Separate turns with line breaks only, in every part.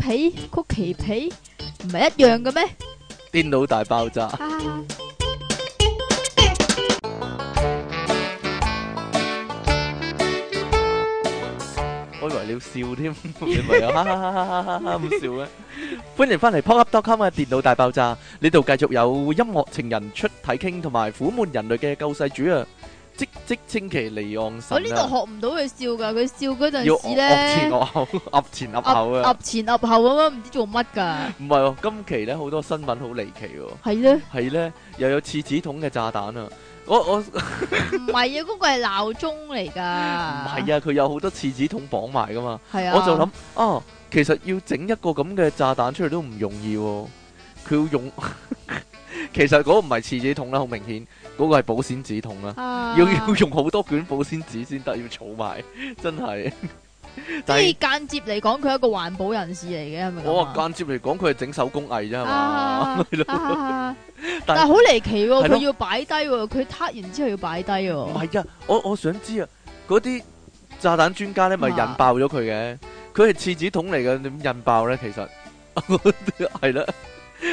皮、曲奇皮唔系一样嘅咩？
電腦大爆炸，
啊，
我以為你要笑添，你咪有哈哈哈哈哈哈咁笑咩？歡迎翻嚟 pocket.com 嘅電腦大爆炸，呢度繼續有音樂情人出體傾，同埋苦悶人類嘅救世主啊！即即稱其離岸神
我呢度
啊！
學唔到佢笑噶，佢笑嗰陣
要
時
噏
咧，
前噏後，噏前噏後啊！
噏前噏後咁樣，唔知做乜噶，
唔係喎，今期咧好多新聞好離奇喎，
係咧，
係咧又有廁紙筒嘅炸彈啊！我我唔係
唔係啊，嗰個係鬧鐘嚟
啊
噶，，
佢有好多廁紙筒綁埋噶嘛，
係啊，
我就諗啊，其實要整一個咁嘅炸彈出嚟都唔容易喎、佢要用 其實嗰個唔係廁紙筒啦，好明顯嗰、個係保鮮紙筒啦，
啊，
要要用好多卷保鮮紙先得，要儲埋，真係。
即
但係
係間接嚟講，佢係一個環保人士嚟嘅，係咪咁啊？
我話間接嚟講，佢係整手工藝啫係嘛，
啊
係咯
啊
但
但係好離奇喎，
係咯
佢要擺低喎，佢挞完之後要擺低
唔
喎，
係啊，我我想知啊，嗰啲炸彈專家咧咪
啊
引爆咗佢嘅，佢係廁紙筒嚟嘅，點引爆咧？其實係啦，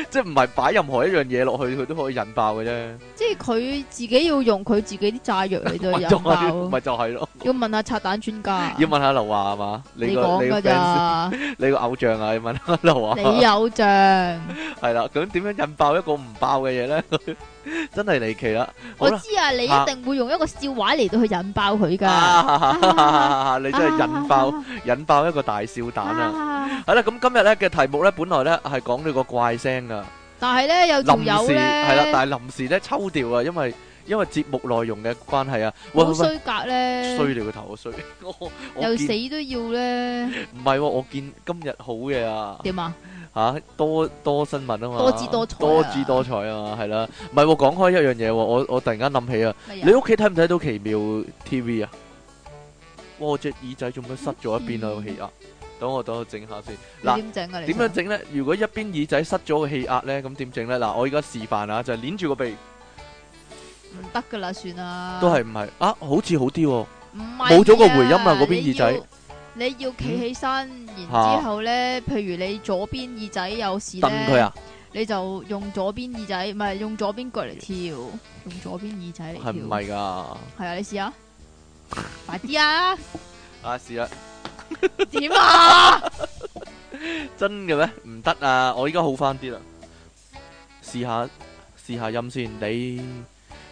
即係唔係擺任何一樣嘢落去，佢都可以引爆嘅啫。
即係佢自己要用佢自己啲炸藥嚟到
咪
引
就係啊
爆，
咪就係咯？
要問下拆彈專家，
要問下劉華係嘛？你
你
個
講
你個
噶
fans，
咋，
你個偶像啊？要問下劉華。
你有仗，
係啦，咁點樣引爆一個唔爆嘅嘢咧？真係離奇啦！好
我
啦，
知啊，你
啊
一定會用一個笑話嚟到去引爆佢噶，
啊你真係引爆
啊
引爆一個大笑彈啊！
啊
系啦，咁今日咧嘅題目咧，本來咧係講呢個怪聲噶，
但係咧有條
臨
友
時
咧，
係啦，但係臨時咧抽掉啊，因為因為節目內容嘅關係啊，喂
好
喂喂，
衰格咧，
衰你個頭，我 衰，我我
又死
見
都要咧，
唔係喎，我見今日好嘢啊，
點啊？
吓多多新聞啊嘛，
多姿多彩啊
多姿多彩啊嘛，係啦，唔係喎，講開一樣嘢喎，我我突然間諗起啊，
乜
你
嘢
屋企睇唔睇到奇妙 TV 啊？哇，我隻耳仔做咩塞咗一邊啊？個氣壓，等我等我整下先。嗱
你點整啊？你
點樣整呢？如果一邊耳仔塞咗個氣壓呢，咁點整呢？嗱，我而家示範啊，就係捏住個鼻，
唔得噶啦，算啦，
都係唔係啊？好似好啲喎，
唔係
冇咗個回音啦
啊
嗰邊耳仔嗯
你要。你要企起身，
嚇
然之後咧，譬如你左邊耳仔有事
蹬佢
咧，
啊，
你就用左邊耳仔，唔係用左邊腳嚟跳，用左邊耳仔嚟跳。
係唔？係噶？
係啊，你試下，快啲啊！
啊，試啦，
點啊？
真嘅咩？唔得啊！我而家好翻啲啦，試下試下音先。你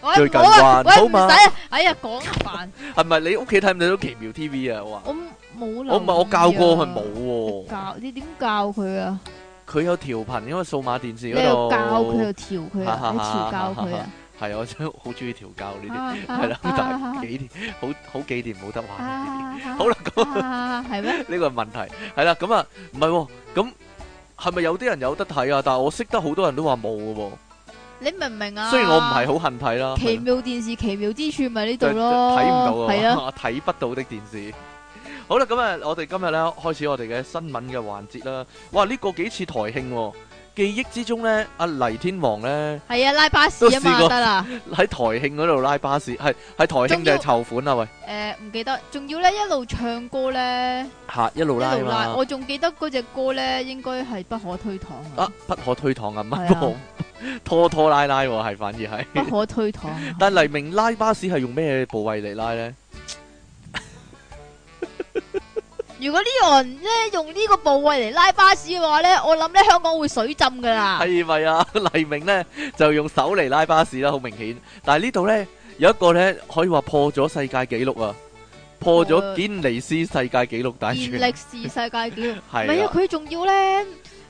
喂
最近
唔好啊
還
喂，
好
唔
嘛
使啊！哎呀，講煩，
係咪你屋企睇唔睇到奇妙 TV 啊？我話
我冇留。
我唔係我教過佢
冇。
冇喎，
教你點教佢啊？
佢有調頻因為數碼電視
你
嗰
又
度
教佢又調佢啊？你調教佢啊？
係我真係好中意調教呢啲。
啊
係啦，
啊
但
啊
係幾年好好幾年冇得玩呢
好
好啦，
咁系咩？
啲，呢個係問題係啦。咁啊，唔係喎，咁係咪有啲人有得睇啊？但係我識得好多人都話冇嘅喎。
你明唔明啊？
雖然我唔係好恨睇啦，
奇
係咯
妙電視奇妙之處咪呢度
就就
咯，
睇唔
係
到
啊，
啊， 睇不到的電視。好啦，咁啊，我哋今日咧開始我哋嘅新聞嘅環節啦。哇，呢個幾似台慶喎！記憶之中咧，阿黎天王咧
係啊，拉巴士啊嘛
都試過
得啦，
喺台慶嗰度拉巴士，係喺台慶
仲
就
要
係籌款啊喂，
诶呃唔記得，仲要咧一路唱歌咧，
嚇一
一
路拉
路拉，
嘛。
我仲記得嗰只歌咧應該係不可推搪啊
啊，，不可推搪啊，唔
係
係
啊
不可拖拖拉拉喎，係反而係。
不可推搪啊。
但黎明拉巴士係用咩部位嚟拉呢？
如果呢個人咧用呢個部位嚟拉巴士嘅話咧，我諗咧香港會水浸噶啦。
係咪啊？ 黎明呢就用手嚟拉巴士啦，好明顯。但係呢度呢，有一個呢可以話破咗世界紀錄啊，破咗
破
堅尼斯世界紀錄大
健
全，
力士世界紀錄。唔
係
係啊，
啊，
佢仲要咧，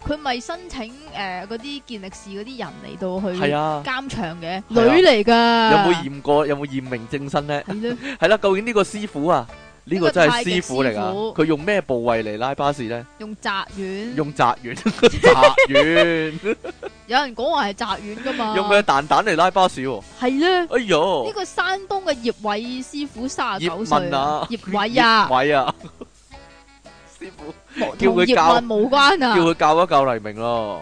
佢咪申請誒嗰啲健力士嗰啲人嚟到去
係啊。
監場嘅女
係啊
嚟㗎。
有冇驗過？有冇驗明正身呢？
係咯？
係啦，究竟呢個師傅啊，呢個
呢個
真係
太極
師傅嚟啊
師！傅嗯
佢用咩部位嚟拉巴士呢？
用擲丸，
用擲丸，擲丸。
有人講話係擲丸㗎嘛？
用佢嘅蛋蛋嚟拉巴士喎、
係咧？
哎
呢
哟，
個山東嘅葉偉師傅三十
葉
九歲
問啊，
葉偉啊，
葉 偉啊，師傅
莫
叫
同
佢
葉
教
問冇關
叫
啊！
佢教一教黎明咯，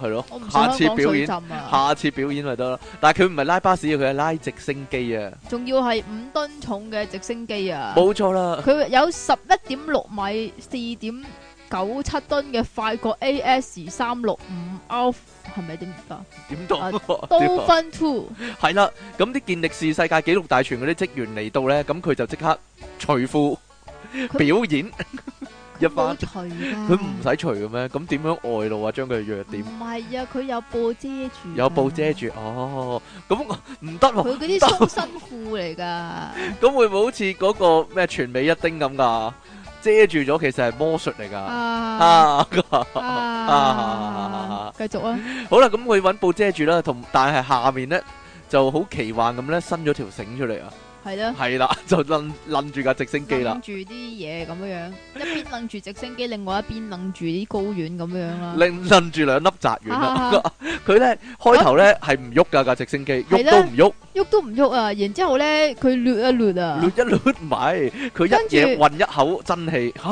係咯
我唔，
下
想
次
香港
表
水
演
浸，啊！
下次表演咪得咯。但係佢唔係拉巴士，佢係拉直升機啊，
仲要係五噸重嘅直升機啊！
冇錯啦，
佢有十一點六米、四點九七噸嘅法國 AS 三六五 Alf 係咪點讀啊？
點讀？
都分 two
係啦，咁啲健力士世界紀錄大全嗰啲職員嚟到咧，咁佢就即刻除褲表演 一
冇
番，
除㗎，
佢唔使除嘅咩？咁點樣外露啊？將佢嘅弱點
唔係啊，佢有布遮住㗎，
有布遮住，哦，咁 唔得喎，
佢嗰啲鬆身褲嚟㗎。
咁會唔會好似嗰個咩全美一丁咁噶？遮住咗其實係魔術嚟噶。
啊
啊！
啊！繼續啊，
好啦，咁佢揾布遮住啦，同但係下面咧就好奇幻咁咧，伸咗條繩出嚟啊！
係啦。
係啦， 就掕掕住架直升機啦
楞。住啲嘢咁樣樣，一邊楞住直升機，另外一邊楞住啲高遠咁樣啦。
拎掕住兩粒擲丸啦
啊。
佢咧開頭咧係唔喐噶架直升機，
係
喐
啦
都唔喐，
喐都唔喐啊！然之後咧，佢掠一掠啊
攣，一攣唔係，佢一
跟住啊
嘢運一口真氣，啊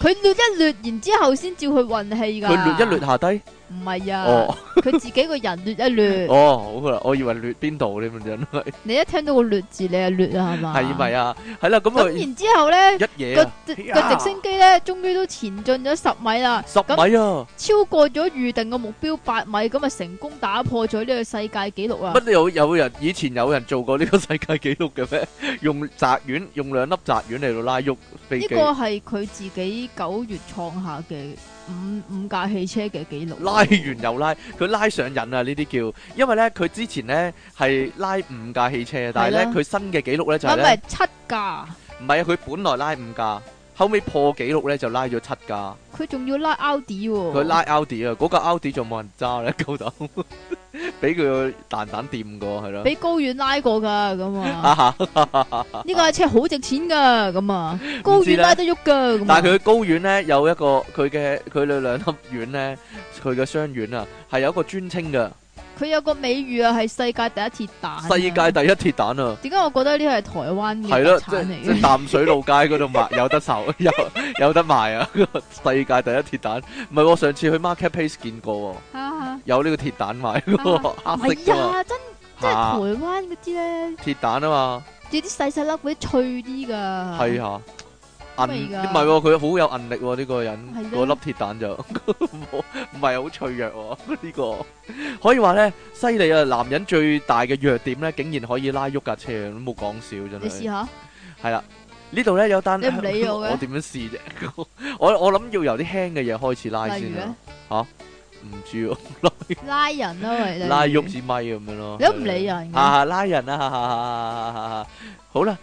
嚇！
佢掠一掠，然之後先照佢運氣㗎。
佢攣一攣，下低，
唔係
哦
啊，佢自己個人掠一掠。
哦，好啦，我以為攣邊度添，真係
你一聽到個掠字，你就掠啊，係嘛？
係咪啊？係啦，咁
咁
佢
然之後咧，
一嘢
個
啊
直
哎呀
個直升機咧，終於都前進咗十米啦。
十
咁
米啊！
超過咗預定嘅目標八米，咁啊成功打破咗呢個世界紀錄啊！
乜有有人以前有人做過呢個世界紀錄嘅咩？ 用擲丸，用兩粒擲丸嚟到拉喐飛
呢
機，
個係佢自己九月創下嘅五五架汽車嘅紀錄。
拉完又拉，佢拉上癮啊！呢啲叫，因為咧佢之前咧係拉五架汽車，啊但係咧
係啦
佢新嘅紀錄咧就係
啊唔係唔係
咧，
七架，
唔係啊，佢本來拉五架。後尾破紀錄咧就拉咗七架，
佢仲要拉奧迪喎。
佢拉 Audi 啊，嗰架 Audi 仲冇人揸咧，夠膽 俾佢個蛋蛋掂過係咯，
俾高遠拉過㗎咁
啊
啊！
哈
呢架車好值錢㗎咁啊！高遠拉得喐㗎咁啊。
但係佢高丸咧有一個佢嘅佢哋兩粒丸咧，佢嘅雙丸啊，係有一個專稱嘅
佢有個美譽啊，係世界第一鐵蛋。啊
世界。第一鐵蛋啊，
點解我覺得呢哎個係台灣
係
嘅
咯，
特
即
產嚟
即
嘅？
淡水路街嗰度賣有得售， 有有得賣啊！世界第一鐵蛋，唔係我上次去 market place 見過喎，
啊
有呢個鐵蛋賣嘅
唔
喎，黑色
係
㗎嘛，
啊，真即係台
嚇
灣嗰啲咧，
鐵蛋啊嘛，
有啲細細粒嗰啲脆啲㗎。
係啊。
咩嚟㗎
銀唔係喎，佢好有韌力喎，呢個人
係
嗰
咩
粒鐵蛋就 冇唔係好脆弱喎， 呢個可以話咧犀利啊！男人最大嘅弱點咧，竟然可以拉喐架車，都冇講笑真
你試
係。
下，
係啦，呢度咧有單
你唔理我嘅
我點樣試啫？我我諗要由啲輕嘅嘢開始拉
例
先
如
啦
咧。
吓，唔知喎，
拉人啦 喂，例如
拉喐支咪咁樣咯。
你都唔理人嘅
啊，拉人啊哈哈哈哈哈哈！好啦，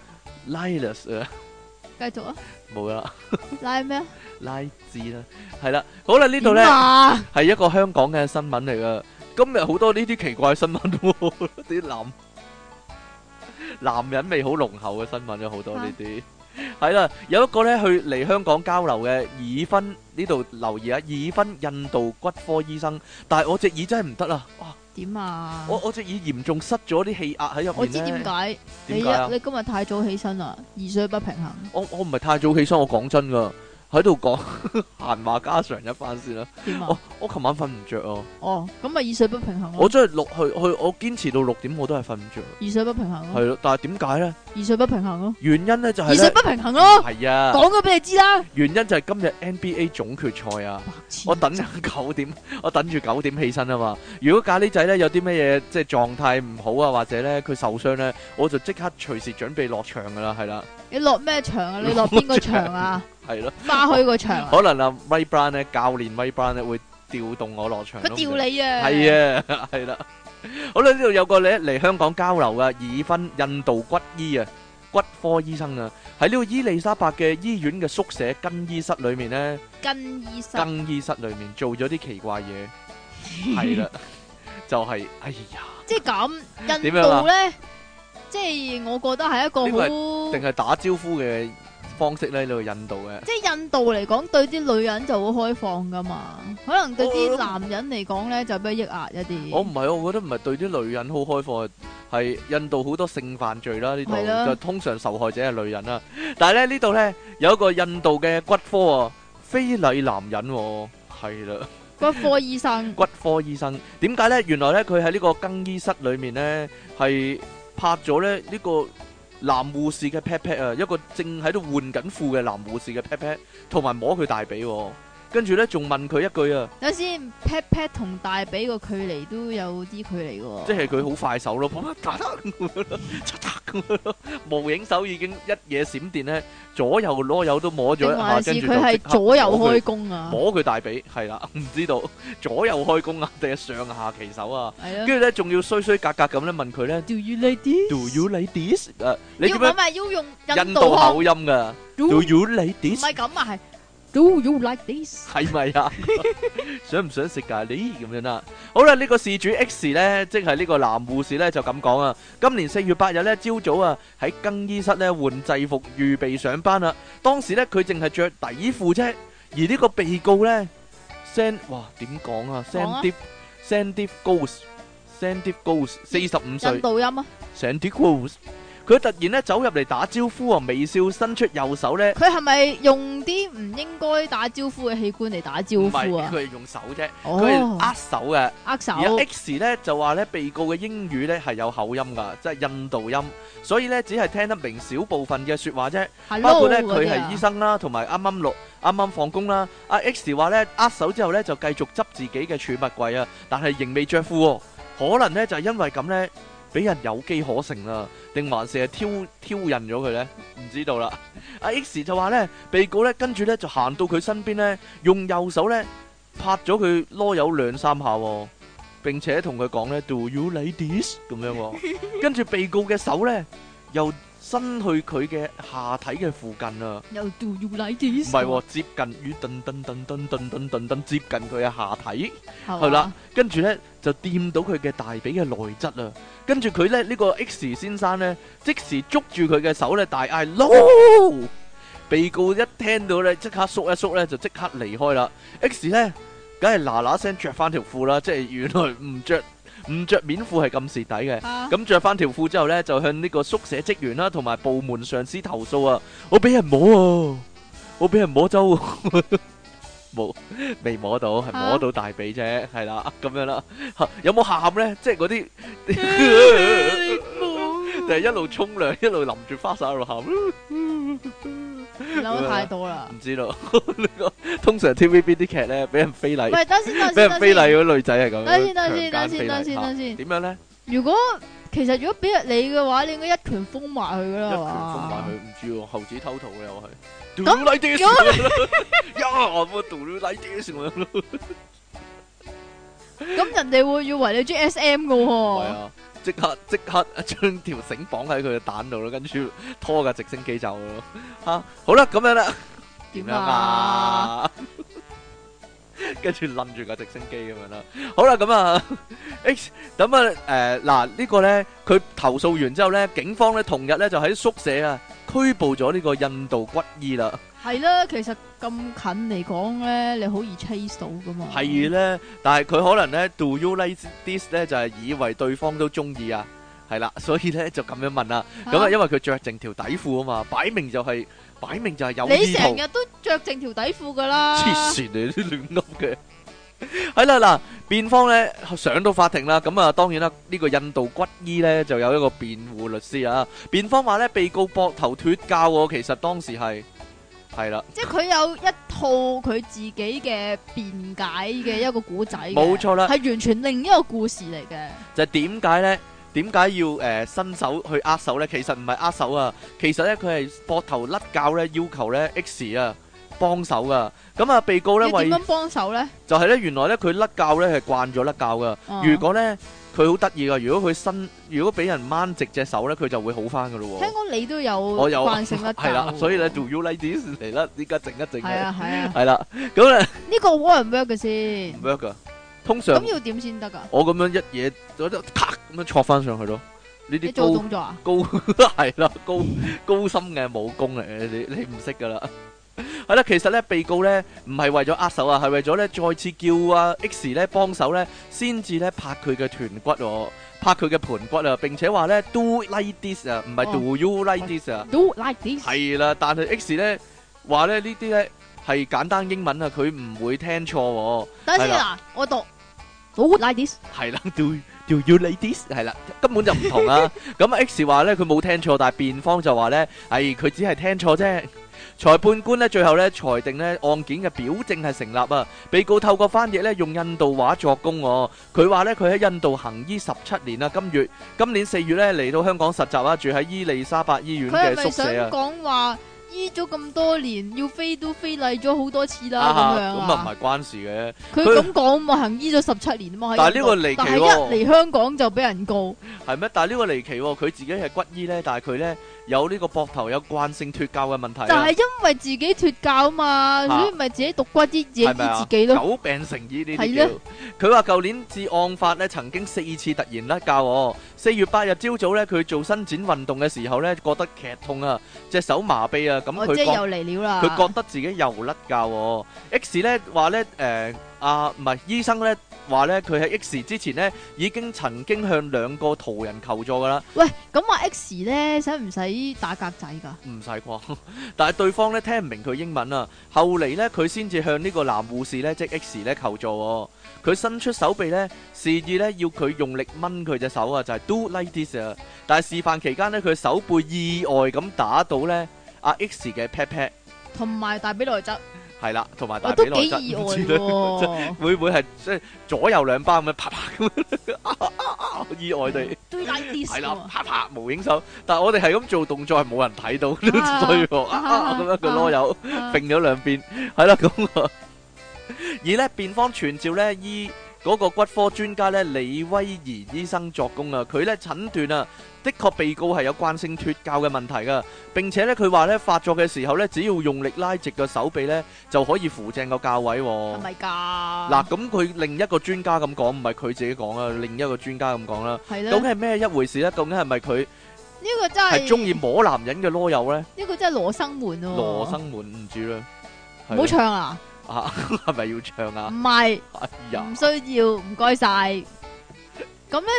拉 less 啊，
繼續啊，
冇啦，
拉咩啊？
拉字啦，係啦，好啦，呢度咧
點。啊
係一個香港嘅新聞嚟噶。今日好多呢啲奇怪新聞喎，啲男男人味好濃厚嘅新聞有好多呢
啊
啲。係啦，有一個咧去嚟香港交流嘅已婚呢度留意啊，已婚印度骨科醫生，但係我隻耳真係唔得啦，哇！
點啊？
我我隻耳嚴重塞咗啲氣壓喺入面
我知
咧
點解，你
點解啊
一你今日太早起身啦，耳水不平衡。
我我唔係太早起身，我講真噶，喺度講 閒話家常一番先啦。
點
我
啊？
我琴晚瞓唔着啊，
哦，咁咪耳水不平衡
哦我
咯，
真係六去去，我堅持到六點我都係瞓唔着。
耳水不平衡
系
咯，
咯，但系點解咧？
耳水不平衡咯，
原因咧就係
耳水
咧，
不平衡咯，
係啊，
講咗俾你知啦。
原因就係今日 NBA 總決賽啊！
白痴
我等緊九點， 我等住九點起身啊嘛。如果咖喱仔咧有啲咩嘢即係狀態唔好啊，或者咧佢受傷咧，我就即刻隨時準備落場噶啦，係啦，
你落咩場啊？你落邊個場 啊？
係咯。
花墟個場啊？
可能啊 m i Brown 咧，教練 m i Brown 咧會調動我落場。
佢吊你啊！
係啊，係啦。好啦，呢度有個咧嚟香港交流嘅已婚印度骨醫啊，骨科醫生啊，喺呢個伊利沙伯嘅醫院嘅宿舍更衣室裏面咧，
跟醫生
更衣室裏面做咗啲奇怪嘢，係啦，就係、哎呀，
即係咁，印
點樣啊
度咧，即係我覺得係一個
呢個
好
定係打招呼嘅方式咧，呢個印度嘅。
即係印度嚟講，對啲女人就好開放噶嘛，可能對
我
啲男人嚟講咧就比較抑壓一啲。
哦我唔係，我覺得唔係對啲女人好開放，係印度好多性犯罪啦，呢度
係啦
就通常受害者係女人啦。但係咧呢度咧有一個印度嘅骨科啊，非禮男人喎，係啦，
骨科醫生
骨科醫生點解咧？原來咧佢喺呢個更衣室裏面咧係拍咗咧呢個男護士嘅 pat pat 啊，一個正喺度換緊褲嘅男護士嘅 pat pat，同埋摸佢大髀喎，跟住咧仲問佢一句啊，
等先 pat pat 同大髀個距離都有啲距離嘅喎。
即係佢好快手咯， 啪嗒嗒咁樣咯，嚓嗒咁樣咯，無影手已經一嘢閃電咧，左右攞右都摸咗
定
一下，
還是
跟住
佢
就即
係
刻
左右
摸佢
開弓啊？
摸佢大髀，係啦， 唔知道左右開弓啊，定係上下其手啊？
係咯。
跟住咧，仲要衰衰格格咁咧問佢咧
Do you like this？
，Do you like this？誒，你點
要唔係唔
樣
係要用
印
印
度
度
口
腔
音噶
Do-
？Do you like
唔
this？
係咁啊，係 Do you like this？
係咪啊？ 想唔想食咖喱咁樣啦？好啦，呢、個事主 X 呢，即係呢個男護士呢，就咁講啊。今年四月八日呢，朝早啊，喺更衣室呢換制服，預備上班啦。當時呢，佢淨係着底褲啫，而呢個被告呢 s a n d 哇點講啊 s a
講
n
啊
d i p s a n d i p Ghost s a n d i p Ghost 四十五歲
印。度音啊，
成啲 close。佢突然咧走入嚟打招呼啊，微笑伸出右手咧，
佢係咪用啲唔應該打招呼嘅器官嚟打招
唔係
呼啊
佢？係用手啫，佢係
哦，
握手嘅。
握手。
而 X 咧就話咧被告嘅英語咧係有口音噶，即係印度音，所以咧只係聽得明少部分嘅説話啫。包括咧佢係醫生啦，同埋啱啱落啱啱放工啦。阿 X 話咧握手之後咧就繼續執自己嘅儲物櫃啊，但係仍未着褲喎。可能咧就係因為咁咧，俾人有機可乘啦，定還是係挑挑釁咗佢咧？唔知道啦。阿 X 就話咧，被告咧跟住咧就行到佢身邊咧，用右手咧拍咗佢啰柚兩三下、喎，並且同佢講咧，Do you like this？咁樣、喎。跟住被告嘅手咧又伸去佢嘅下體嘅附近啊，
又 Do you like
唔
this？
係喎，接近於噔噔噔噔噔噔噔噔接近佢嘅下體，
係
係啦
嘛，
跟住咧就掂到佢嘅大髀嘅內側啊，跟住佢咧呢個 X 先生咧即時捉住佢嘅手咧大嗌 no，被告一聽到咧即刻縮一縮咧就即刻離開啦，X 咧梗係嗱嗱聲着翻條褲啦，即係原來唔着唔着面褲係咁蝕底嘅。
啊
咁着翻條褲之後呢，就向呢個宿舍職員啦，同埋部門上司投訴啊！我俾人摸啊，我俾人摸周 啊，冇未摸到，係摸到大髀啫，係啦， 咁樣啦，嚇有冇喊呢？即 係嗰啲就係一路沖涼一路淋住花灑喺度喊，唔
諗得太多啦。
知道呢個 通常 TVB 啲劇呢，俾人非
唔
禮，
係，等先，等先，
俾人
等
非
先。
禮嗰啲女仔係咁樣，
等先，等先，等先，等
強姦非
先，
禮
等
嚇
先。
點樣呢？
如果其實如果俾人你嘅話，你應該一拳封埋佢噶
一
啦，
拳
係
封埋佢，
嘛？
唔知喎，猴子偷桃嘅我係。
咁
Do like this，呀，我冇 do like this 咁樣咯。
咁人哋會以為你中 S M 噶
係
喎。
啊，即刻即刻將條繩綁喺佢嘅蛋度咯，跟住拖架直升機走咯。吓，好啦，咁樣啦，點
點
樣
啊？
啊？跟住冧住架直升機咁樣啦。好啦，咁啊 X ờ, à, 咁啊誒嗱呢個咧，佢投訴完之後咧，警方咧同日咧就喺宿舍啊拘捕咗呢個印度骨醫啦。
係啦，其實咁近嚟講咧，你好易 chase 到噶嘛。
係咧，但係佢可能咧，do you like this 咧就係以為對方都中意啊，係啦，所以咧就咁樣問啦。
嚇
咁啊，因為佢着剩條底褲啊嘛，擺明就係擺明就係有
你
意
成
圖，
日都着正條底褲噶啦。
黐線你都亂噏嘅。係啦，嗱，辯方咧上到法庭啦，咁啊當然啦，呢個印度骨醫咧就有一個辯護律師啊。辯方話咧，被告膊頭脱臼喎，其實當時係係啦。
即係佢有一套佢自己嘅辯解嘅一個古仔嘅，
冇錯啦
係完全另一個故事嚟嘅。
就係點解呢？點解要誒、呃伸手去握手呢？其實唔係握手啊，其實呢，佢係膊頭甩骹呢，要求呢 X 啊幫手啊。咁啊，被告呢，
要
為
點樣幫手咧？
就係呢，原來呢，佢甩骹呢係慣咗甩骹噶。
啊
如果呢，佢好得意噶，如果佢伸，如果俾人掹直隻手呢，佢就會好翻噶咯
聽講你都有
我有
慣性甩
喎。
臼
係啦，所以呢 d o you like this 嚟啦？依家整一整
係
佢，
啊係啊，
係啦，咁咧
呢個 work 唔 work 嘅先
唔？work 噶。通常
咁要點先得噶？
我咁樣一嘢，我都咔咁樣戳翻上去咯。呢
你
啲
做
高
動作啊？
高 係啦，高高深嘅武功嚟嘅，你你唔識噶啦。係啦，其實咧，被告咧唔係為咗握手啊，係為咗咧再次叫啊 X 咧幫手咧，先至咧拍佢嘅臀骨、喎，拍佢嘅盤骨啊，並且話咧 do like this 啊，唔係
哦
do you like this 啊，
Do like this？
係啦，但係 X 咧話咧呢啲咧係簡單英文啊，佢唔會聽錯、喎。
等陣
係
先啊，我讀好 like this，
係啦，do do you ladies 係啦，根本就唔同啦。咁 X 話咧佢冇聽錯，但係辯方就話咧，唉、佢只係聽錯啫。裁判官咧最後咧裁定咧案件嘅表證係成立啊，被告透過翻譯咧用印度話作供喎、佢話咧佢喺印度行醫十七年啦，今月今年四月咧嚟到香港實習啊，住喺伊利沙伯醫院
佢
嘅
係咪
宿
想
舍啊。
講話醫咗咁多年，要飛都飛嚟咗好多次啦
啊
咁樣
咁啊唔
啊？
係關事嘅。
佢
佢
咁講嘛，行醫咗十七年啊嘛，喺
但係呢個
印度
離奇
但係一
喎
嚟香港就俾人告，
係咩？但係呢個離奇喎、佢自己係骨醫咧，但係佢咧有呢個膊頭有慣性脱臼嘅問題
就
啊
係，因為自己脱臼嘛，
啊
所以咪自己獨骨醫自己醫
係咪啊
自己咯。
久病成醫呢
係
啲叫。佢話舊年至案發咧，曾經四次突然甩教我。四月八日朝早咧，佢做伸展運動嘅時候咧，覺得劇痛啊，隻手麻痹啊，咁
我
佢
哦即係
覺
又嚟了啦。
佢覺得自己又甩教喎。X 咧話咧誒啊，唔係醫生咧話咧，佢喺 X 之前咧已經曾經向兩個途人求助噶啦。
喂，咁話 X 咧使唔使打格仔㗎？
唔使啩， 但係對方咧聽唔明佢英文啊。後嚟咧，佢先至向呢個男護士咧，即 X 咧求助、喎。佢伸出手臂咧，示意咧要佢用力掹佢隻手啊，就係、do like this 啊。但係示範期間咧，佢手背意外咁打到咧阿 X 嘅 pat pat，
同埋大髀內側，
係啦，同埋
我
大
都
髀內
幾
側
意外
唔知 咧
喎，
會唔會係即係左右兩包咁樣啪啪咁樣啊啊啊啊意外地？
都要 like this
係啦，
喎。
啪啪無影手，但係我哋係咁做動作係冇人睇 到，衰
啊
喎，啊
啊
啊咁樣個囉柚
啊
揈咗兩邊，係啦咁啊。而咧辯方傳召咧醫嗰個骨科專家咧李威儀醫生作供啊，佢咧診斷啊，的確被告係有慣性脱臼嘅問題噶。並且咧佢話咧發作嘅時候咧，只要用力拉直個手臂咧就可以扶正個教位喎。
係咪㗎？
哦嗱，咁佢另一個專家咁講，唔係佢自己講啊，另一個專家咁講啦。
係
究
啦，
竟係咩一回事咧？究竟係咪佢
呢個真
係
係
中意摸男人嘅啰柚咧？
呢個真係羅生門喎。
羅生門唔知啦，係
唔
咯
好唱啊！
啊， 係咪要
唔
唱啊？
係，
哎
唔
呀，
需要，唔該晒。咁咧，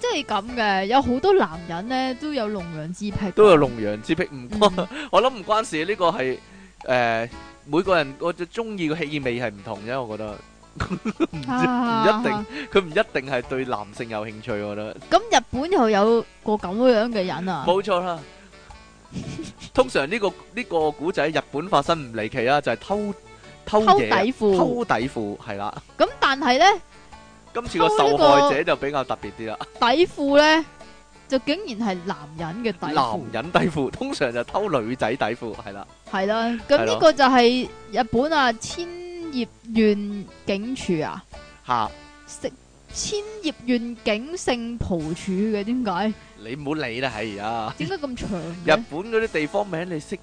即係咁嘅，有好多男人咧都有龍陽之癖，
都有龍陽之癖，唔關，
嗯。
我諗唔關事，呢個係誒每個人我就中意嘅氣味係唔同啫，我覺得。 唔知唔一定，佢唔一定係對男性有興趣，我覺得。
咁日本又有個咁樣嘅人啊，
冇錯啦。通常呢個呢個古仔日本發生唔離奇啊，就係偷偷
偷底
嘢、
褲。
偷底褲係啦。
咁但係咧，
今次個
偷呢
受
個
害者就比較特別啲啦。
底褲咧就竟然係男人嘅底
男
褲，
人底褲通常就偷女仔底褲，係啦，
係啦。
係
咁
咯
呢個就係日本啊千葉縣警署啊，
吓
食千葉縣警性蒲處嘅，點解？
你唔好理啦，係啊！
點解咁長
日
嘅
本？嗰啲地方名你識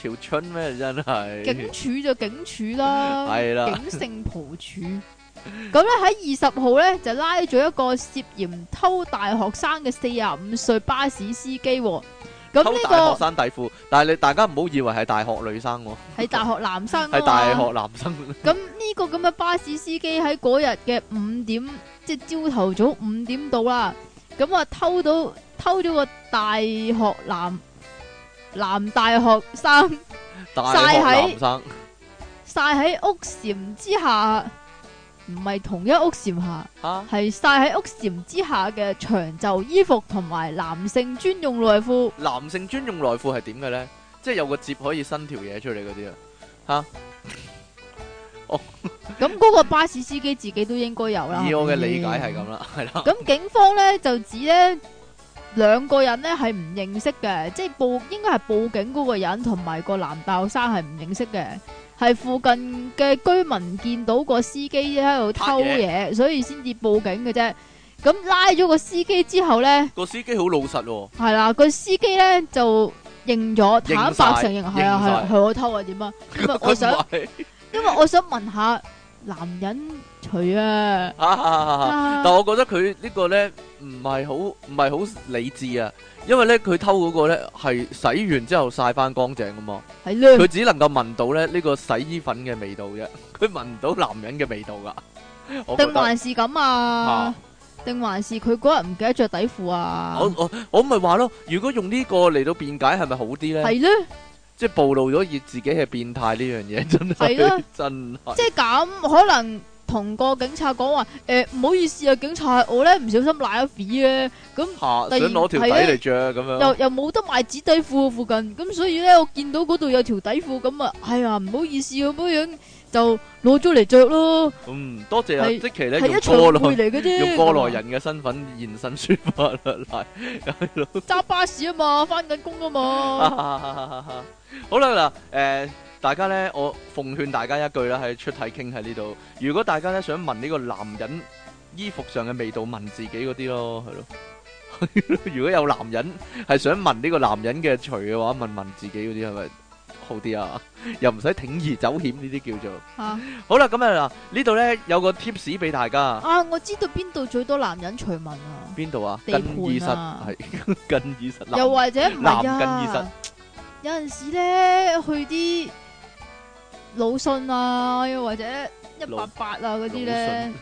潮春咩？真係
警署就警署啦，
係啦
警性蒲處。咁咧喺二十號咧就拉咗一個涉嫌偷大學生嘅四十五歲巴士司機喎。咁
偷大學
呢
生底褲，但係你大家唔好以為係大學女生喎，
個係 大學男生啊
係大
嘛
學男生，
咁呢個咁嘅巴士司機喺嗰日嘅五點，即係朝頭早五點到啦。咁啊偷到偷咗個大學男男大學生
大學男生
晒喺屋檐之下，唔係同一屋檐下，
吓
係晒喺屋檐之下嘅長袖衣服同埋男性專用內褲。
男性專用內褲係點嘅咧？即係有個摺可以伸條嘢出嚟嗰啲啊！
咁嗰個巴士司機自己都應該有啦。嗯
以我嘅
係咪
理解
先
係咁啦，係啦。
咁警方咧就指咧兩個人咧係唔認識嘅，即係報應該係報警嗰個人同埋個男大學生係唔認識嘅，係附近嘅居民見到個司機喺度偷嘢，所以先至報警嘅啫。咁拉咗個司機之後咧，
個司機好老實喎，
係啦，個司機咧就認咗，
認
坦白
晒
承認係啊係
認
啊
晒
係我偷啊點 啊？因為我想
佢唔係
因為我想問下男人除啊。
哈哈哈哈
啊
但我覺得佢呢個呢，唔係好唔係好理智啊，因為呢，佢偷嗰個呢係洗完之後晒翻乾淨噶嘛，
係咧
佢只能夠聞到咧呢個洗衣粉嘅味道啫， 佢聞唔到男人嘅味道噶。 我覺
定
得
還是咁啊
啊？
定還是佢嗰日唔記得着底褲啊？
我我我咪話咯，如果用呢個嚟到辯解係咪好啲呢？
係咧，
即係暴露咗自己係變態呢樣嘢，真
係咯
係真係
即係咁，可能同個警察講話，诶、唔好意思啊，警察，我咧唔小心瀨咗屎咧，咁
嚇，
突然
想攞條底嚟着咁樣。
啊又又冇得賣紙底褲附近，咁所以咧我見到嗰度有條底褲，咁啊，哎呀唔好意思咁樣樣就攞咗嚟着咯，
嗯，多謝啊，
係-
即其呢，
係
用
一場
過來-
會嚟嘅啫，啊
用過來人嘅身份現身說法啦，啊嚟，係咯。
揸巴士啊嘛，翻緊工啊嘛，
好啦，嗱，誒，大家呢，我奉勸大家一句啦，喺出體傾喺呢度，如果大家呢，想聞呢個男人衣服上嘅味道，問自己嗰啲咯，係咯。 如果有男人係想聞呢個男人嘅除嘅話，問問自己嗰啲係咪好啲啊？又唔使鋌而走險，呢啲叫做。
吓
好啦，咁啊，嗱，呢度呢，有個tips俾大家。
啊，我知道邊度最多男人除紋啊，
邊度啊？
地
更衣室，
盤啊
係， 更衣室，男
又或者唔係
男更衣室
啊，有陣時咧去啲魯迅啊，又或者一八八啊嗰啲咧。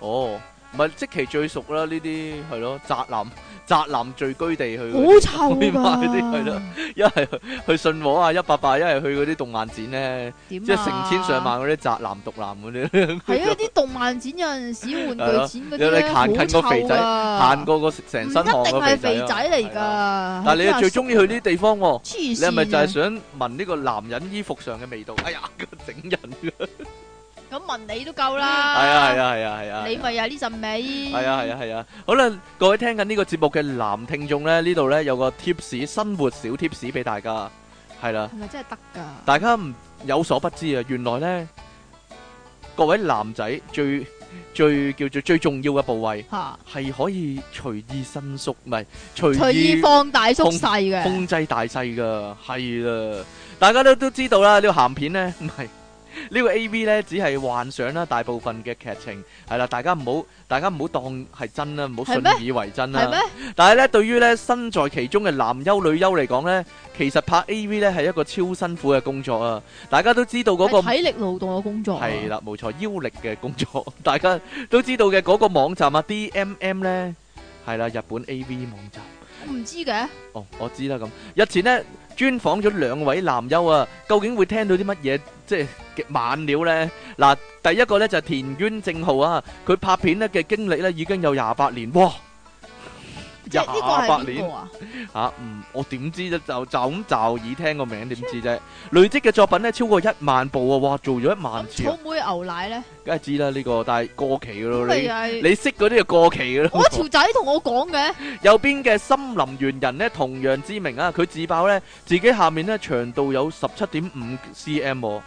哦，唔係，即其最熟啦，呢啲，係咯，宅男- 宅男聚居地去嗰啲，
好 臭噶，
會買啲係咯， 一係去信和啊，188，一係去嗰啲動漫展呢，
點啊
即係成千上萬嗰啲宅男、毒男嗰啲，
係啊！啲動漫展有陣時玩具展嗰啲
係咯
咧，
你行近個肥仔
行
行過個成-
啊唔一
成身
定係
汗個肥仔啊，
肥仔嚟㗎。
係啊。
但
但係你最鍾意去呢啲地方喎，
黐線啊，
你係咪就係想聞呢個男人衣服上嘅味道？哎呀，整人㗎。
咁問你都夠啦。
係啊，係啊，係啊，係啊。
你咪有呢陣味。係
系啊系啊系啊，好啦，各位聽緊呢個節目嘅男聽眾咧，呢度咧有個 tips 生活小 tips 俾大家，係啦，
係咪真係得㗎？
大家唔有所不知啊，原來咧各位男仔最最叫做最重要嘅部位
嚇，
係可以隨意伸縮，唔係
隨
隨
意
意
放大縮細嘅。
控制大細噶，係啦，大家都都知道啦，呢、個 鹹片咧唔係。呢個 A.V. 咧只係幻想啦，大部分嘅劇情係啦，大家唔好大家唔好當係真啦，唔好
係咩
信以為真啦。
係咩？
但系咧，對於咧身在其中嘅男優女優嚟講咧，其實拍 A.V. 咧係一個超辛苦嘅工作啊！大家都知道嗰、個
係體力勞動嘅工作啊。
係啦，冇錯，腰力嘅工作， 大家都知道嘅嗰個網站啊，D.M.M 咧係啦，日本 A.V. 網站。
我唔知嘅。
哦，我知啦咁。日前呢，專訪咗兩位男優啊，究竟會聽到啲乜嘢即係嘅猛料呢？嗱，第一個呢就係田淵正浩啊，佢拍片呢嘅經歷呢已經有廿八年，哇！
即係呢個係
28
邊個啊？
吓、嗯，我點知啫？就就咁就耳聽個名點知啫？累積嘅作品呢超過一萬部啊！哇，做咗一萬
咁
次啊
草，莓牛奶咧，
梗係知啦呢、個，但係過期噶咯，
咪
你
又係
你識嗰啲就過期噶咯。
我條仔同我講嘅。
右邊嘅森林猿人呢，同樣知名啊，佢自爆呢，自己下面呢長度有十七點五 cm 喎。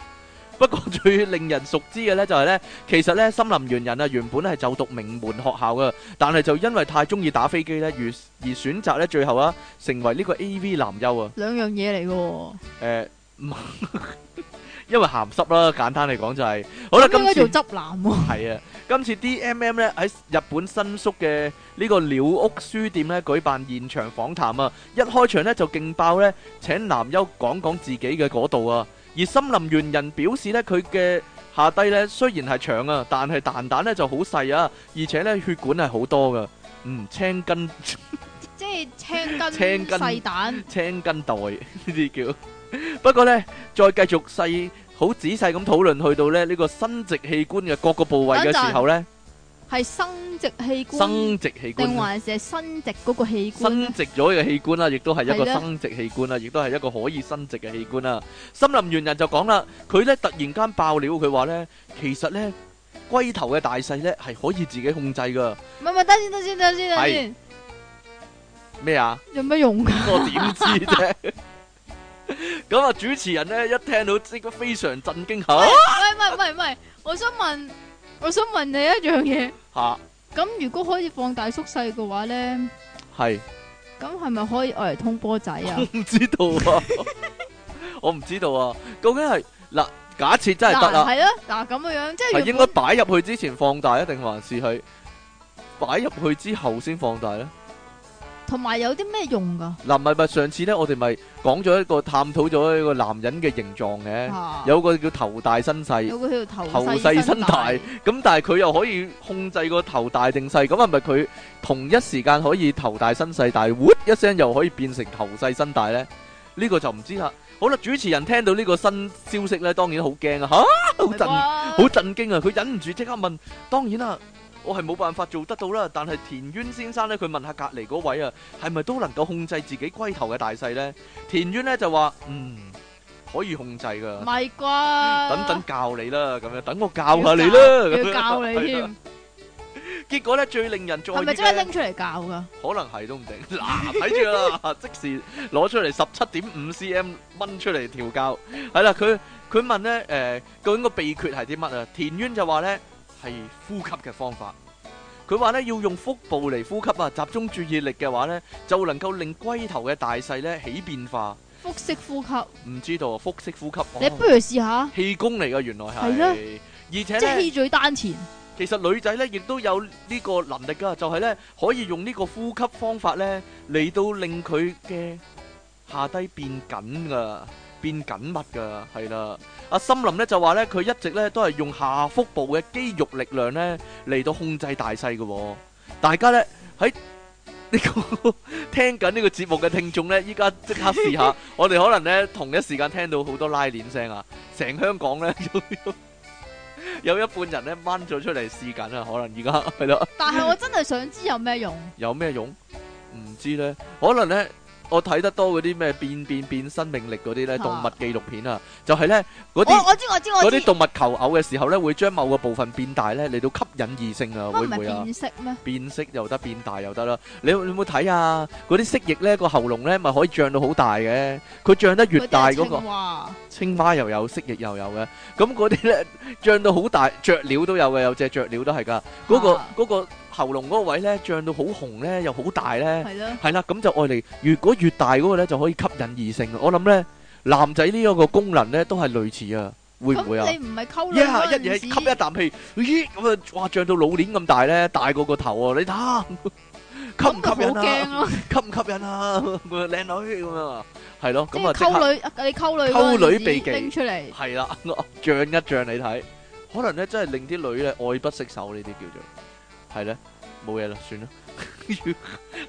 不過最令人熟知嘅呢，就係呢，其實呢，森林猿人啊原本係就讀名門學校嘅，但係就因為太中意打飛機呢，而而選擇呢，最後啊成為呢個 A.V. 男優啊。
兩樣嘢嚟嘅喎，
誒、呃唔 因為鹹濕啦，簡單嚟講就係、好啦，
咁應
今
該
次
做。執男喎。
係啊，今次 DMM 咧喺日本新宿嘅呢個鳥屋書店咧舉辦現場訪談啊，一開場咧就勁爆咧請男優講講自己嘅嗰度啊，而森林猿人表示咧佢嘅下低咧雖然係長啊，但係蛋蛋咧就好細啊，而且咧血管係好多噶，嗯，青筋
即係青筋、
青筋
細蛋，
青筋袋 呢啲叫。不過咧，再繼續細好仔細咁討論去到咧呢個生殖器官嘅各個部位嘅
等陣
時候咧，
係生殖器官，
生殖器官
定。還是係生殖嗰個器官咧
伸？直咗嘅器官啦，亦都係一個
係啦
生殖器官啦，亦都係一個可以伸直嘅器官啦。森林猿人就講啦，佢咧突然間爆料，佢話咧，其實咧龜頭嘅大細咧係可以自己控制噶。
唔係唔係，等先等先等先等先，
咩啊？
有咩用㗎？
我點知啫？咁啊，主持人咧一聽到即刻非常震驚吓
喂唔係唔係唔係，我想問，我想問你一樣嘢。
吓，
咁如果可以放大縮細嘅話咧，
係
咁係咪可以愛嚟通波仔啊？
我唔知道啊， 我唔知道啊，究竟係嗱，假設 真係得啦
嗱。係啊，嗱咁樣樣，即係
係
原
應該
本
擺入去之前放大，一啊定還是係擺入去之後先放大呢？
同埋有啲咩用㗎？
嗱，唔係唔係，上次呢，我哋咪講咗一個探討咗一個男人嘅形狀嘅，
啊
有個叫頭大身細，
有個叫頭
頭細
細
身大
大，
咁但係佢又可以控制個頭大定細，咁係咪佢同一時間可以頭大身細，但係噗一聲又可以變成頭細身大呢？呢、個就唔知啦。好啦，主持人聽到呢個新消息呢，當然好驚啊！吓，好震
好
好震驚啊！佢忍唔住即刻問：當然啦，我係冇辦法做得到啦。但係田淵先生咧，佢問下隔離嗰位啊，係咪都能夠控制自己龜頭嘅大細呢？田淵咧就話：嗯，可以控制
唔
噶。
係啩？
等等教你啦，咁樣等我教下你啦。
要教 你
係啦
添，
結果咧最令人在意
係咪真
嘅
係拎出嚟教噶？
可能係都唔定。嗱，睇住 啦，即時攞出嚟十七點五 cm 掹出嚟調教。係啦，佢佢問咧，誒、究竟個秘訣係啲乜啊？田淵就話咧係呼吸嘅方法。佢話咧要用腹部嚟呼吸啊，集中注意力嘅話咧，就能夠令龜頭嘅大細咧起變化。
腹式呼吸，
唔知道啊，腹式呼吸，
你
哦
不如試下，
氣功嚟嘅原來
係啦
係。而且
即
咧
係。氣最丹田，
其實女仔咧亦都有呢個能力噶，就係咧可以用呢個呼吸方法咧嚟到令佢嘅下低變緊噶，變緊密噶，係啦。阿森林咧就話咧，佢一直咧都係用下腹部嘅肌肉力量咧嚟到控制大細嘅喎。大家咧喺 呢個 聽緊呢個節目嘅聽眾咧，依家即刻試下，我哋可能咧同一時間聽到好多拉鏈聲啊，成香港咧有一半人咧掹咗出嚟試緊啊，可能而家 係咯。
但係我真係想知有咩用？
有咩用？唔知呢，可能呢，我睇得多嗰啲咩變變變生命力嗰啲呢，
嚇
動物紀錄片啊，就係呢嗰
我
啲
我知我知
嗰
我知
啲，動物求偶嘅時候呢，會將某個部分變大呢，嚟到吸引異性啊，
乜
會
唔
唔
係
會啊？
變色咩？
變色又得，變大又得啦。你有你有冇睇啊？嗰啲蜥蜴呢個喉嚨呢咪可以脹到好大嘅，佢脹得越大嗰個
哇，
青蛙又有，蜥蜴又有嘅。咁嗰啲呢，脹到好大，雀鳥都有嘅，有隻雀鳥都係㗎。嗰個
啊
嗰個喉嚨嗰個位呢，脹到好紅呢，又好大呢。
係咯，
係啦，咁就愛嚟。如果越大嗰個咧，就可以吸引異性。我諗咧，男仔呢一個功能咧，都係類似啊，會唔會啊
咁？你唔係溝
一
女
下
嗰
一嘢吸
陣
一
時，
啖氣，咦咁啊，哇，脹到老鏈咁大咧，大過個頭啊！你睇下，吸唔
咁
吸
咪
引
好驚
啊？
咯，
吸唔吸引啊？咁啊靚女咁啊，係咯，
即
咁
係
啊即刻
溝女，你溝女嗰陣時
溝女避忌
拎出嚟，
係啦， 脹一脹你睇，可能咧真係令啲女咧愛不釋手呢啲叫做係咧，冇嘢啦，算啦。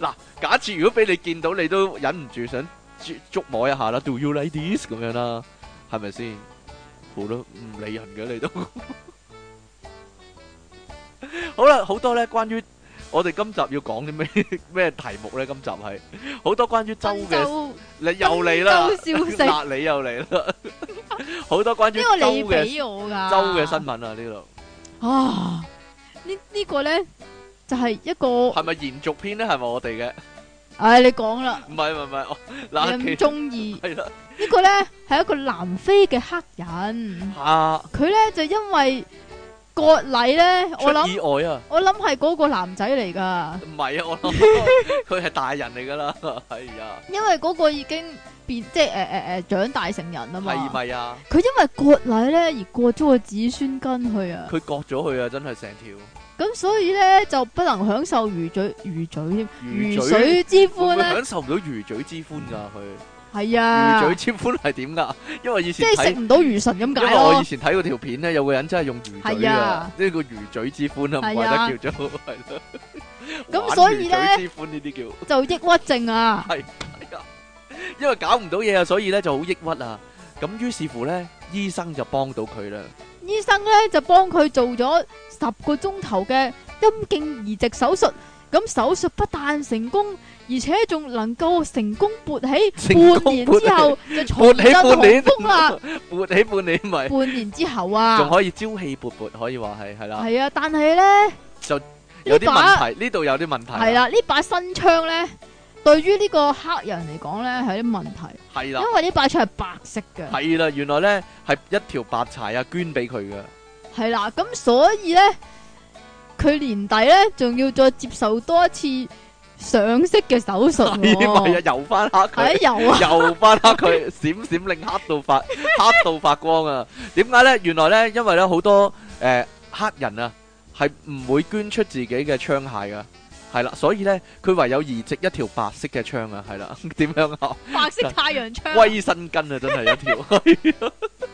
嗱，假設如果俾你見到，你都忍唔住想捉捉摸一下啦，Do you like this 咁樣啦，係咪先？好咯，唔理人嘅你都。 好啦，好多咧關於我哋今集要講啲咩 咩題目咧？今集係好多關於周
真
嘅，
就
你又嚟啦，
真州消息
辣你又嚟啦， 好多關 於
呢個你
周嘅
俾我㗎，
周嘅新聞啊，呢度。
啊，呢呢個咧就係一個，
系咪延續篇咧？係咪我哋嘅？
唉，你講啦，
唔係唔係唔係，我嗱
你唔
其
中意。
係啦，
呢個呢係一個南非嘅黑人，
下
佢呢就因為割禮呢，我
出
諗
意外啊！
我諗係嗰個男仔嚟噶，
唔係啊，我諗佢係大人嚟噶啦，係啊，
因為嗰個已經變即係诶诶诶长大成人啊嘛，
係咪啊？
佢因為割禮呢而割咗個子孫根去啊，
佢割咗佢啊，真係成條
咁所以呢就不能享受魚嘴魚嘴添
魚
魚
嘴，
水之
會
歡
唔會
啦，
享受唔到魚嘴之歡㗎？佢
係
魚
啊
嘴，之歡係點㗎？因為以
即
前
係
睇
食。唔到魚唇咁
因
解
為我以
咯，
前睇過條片咧，有個人真係用魚嘴
係
啊
啊，
即係個魚嘴之歡啊，唔
係啊
怪得叫做係咯。
咁
玩
所以呢
魚嘴之歡呢啲叫。
就抑鬱症啊，
因為搞唔到嘢啊，所以咧就好抑鬱啊。咁於是乎咧，醫生就幫到佢啦。
醫生咧就幫佢做咗十個鐘頭嘅陰莖移植手術。咁手術不但成功，而且仲能夠成功勃起。
成功
半年
勃
之
起
後就重
勃起
振
半年
雄風啦。
勃起半年咪，
半年之後
仲
啊，
可以朝氣勃勃，可以話係係啦。
係啊，但係咧
啊有啲
呢把
問題，呢啊度有啲問題。
係，啦，呢把新槍咧，對於呢個黑人嚟講咧係有啲問題，
係啦，
因為呢把槍係白色嘅，
係啦。原來咧係一條白柴啊，捐俾佢嘅。
係啦，咁所以咧佢年底咧仲要再接受多一次上色嘅手術
係咪
喎。
啊？油翻
係
黑
啊
佢，，
有啊。
油翻黑 佢，閃閃令黑到發黑到發光啊！點解咧？原來咧，因為咧好多誒黑人啊，係唔會捐出自己嘅槍械噶。係啦，所以咧，佢唯有移植一條白色嘅槍啊，係啦， 點樣啊？
白色太陽槍，
威身巾啊，真係一條。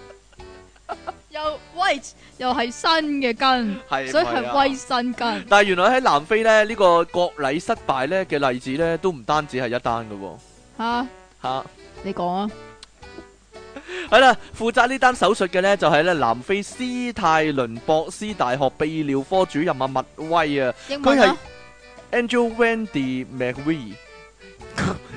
又喂又係新嘅根，
係
所以
咪啊
係威新根。
但係原來喺南非咧，呢、個國禮失敗咧嘅例子咧，都唔單止係一單嘅喎、
吓，
嚇
你講啊，
系啦，負責呢單手術嘅呢，就係咧南非斯泰倫博斯大學泌尿科主任啊麥威啊
英文啊，
，Angel Wendy McVee。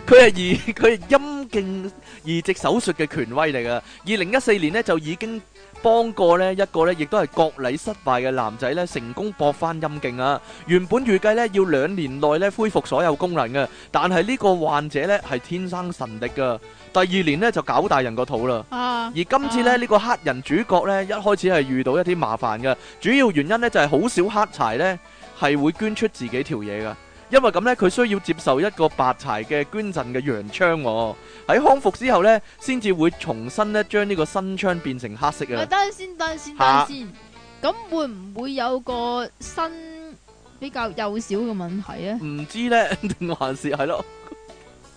佢係二佢係陰莖移植手術嘅權威嚟噶。二零一四年呢，就已經幫過呢一個呢，亦都係割禮失敗嘅男仔呢，成功駁翻陰莖啊。原本預計呢，要兩年內呢恢復所有功能嘅，但係呢個患者呢，係天生神力噶。第二年呢，就搞大人個肚啦。
啊，
而今次咧
啊
呢個黑人主角呢，一開始係遇到一啲麻煩嘅，主要原因呢，就係好少黑柴呢係會捐出自己條嘢噶，因為咁呢，佢需要接受一個白柴嘅捐贈嘅洋槍喎，喺康復之後呢，先至會重新呢將呢個新槍變成黑色
咪
啊！
等陣先，等陣先，等
嚇
陣先。咁會唔會有個新比較幼小嘅問題咧？
唔知呢， 定還是係咯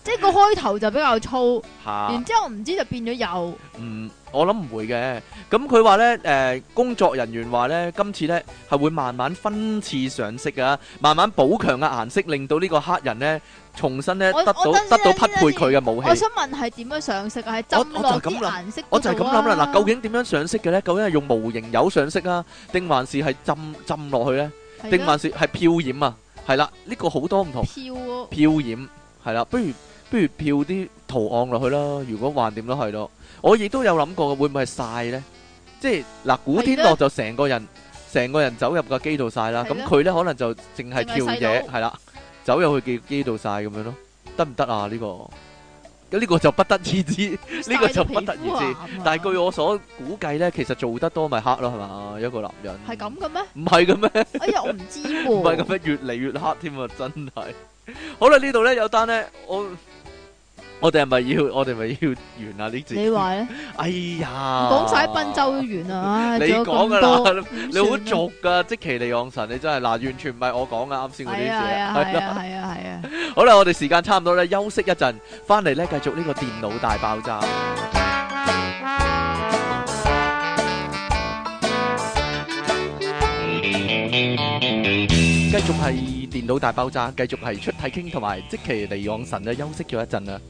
即係個開頭就比較粗，
嚇。
然之後唔知就變咗幼。
嗯，我諗唔會嘅。咁佢話呢，誒、工作人員話呢，今次呢係會慢慢分次上色啊，慢慢補強嘅顏色，令到呢個黑人呢重新呢
我
得到
我等陣
得到
先
匹
等陣
配佢嘅武
我
器。
想問係點樣上色啊？係
我
浸落
我就
啲
係咁諗
顏色嗰
我就係咁
度啊
諗啦，嗱，究竟點樣上色嘅呢？究竟係用模型油上色啊，定還是係浸浸落去呢？
係
定
咯
還是係漂染啊？係啦，呢、個好多唔同
漂喎
漂染係啦，不如不如漂啲圖案落去啦。如果橫掂都係咯，我亦都有諗過會唔會係曬呢？即係嗱，古天樂就成個人成個人走入個機度曬啦，
係
咁
咯
佢呢可能就淨係跳
淨係
嘢
細佬
係啦，走入去機機度曬咁樣咯，得唔得啊？呢個呢個就不得而 知，呢個就不得而
啊
知。但係據
我
我所估計呢，其實做得多咪黑咯，係嘛？一個男人
係咁嘅咩？
唔係嘅咩？
哎呀，我唔知喎。
唔係咁樣，越嚟越黑添啊！真係。好啦，呢度咧有單咧，我我哋係咪要我哋係咪要完啊呢節？
你話咧？
哎呀，
講晒賓州都完 啦，唉
你
仲有
講㗎
咁
啦
多，
你好俗噶，即其利昂神，你真係嗱，完全唔係我講噶，啱先嗰啲
係啊係啊
嘢。
係啊係啊係啊。
好啦，我哋時間差唔多咧，休息一陣，翻嚟咧繼續呢個電腦大爆炸。繼續係電腦大爆炸，繼續係出體傾同埋即其離岸神啊咧，休息咗一陣啦。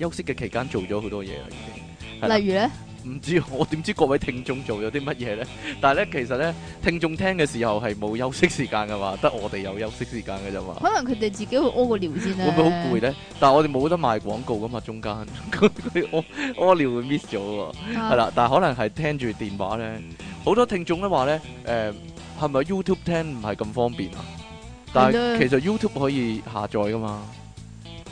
休息嘅期間做咗好多嘢啦，已經。係啦
例如咧，
唔知我 點知各位聽眾做咗啲乜嘢呢？但係呢，其實呢，聽眾聽嘅時候係冇休息時間噶嘛，得我哋有休息時間嘅啫嘛。
可能佢哋自己會屙個尿先
會
咧。
唔會好攰咧？但係我哋冇得賣廣告噶嘛，中間 我我尿會 miss 咗喎，
啊
係啦。但係可能係聽住電話咧，好多聽眾咧話咧，誒係咪 YouTube 聽唔係咁方便啊？但係
係
其
咧
實 YouTube 可以下載噶嘛，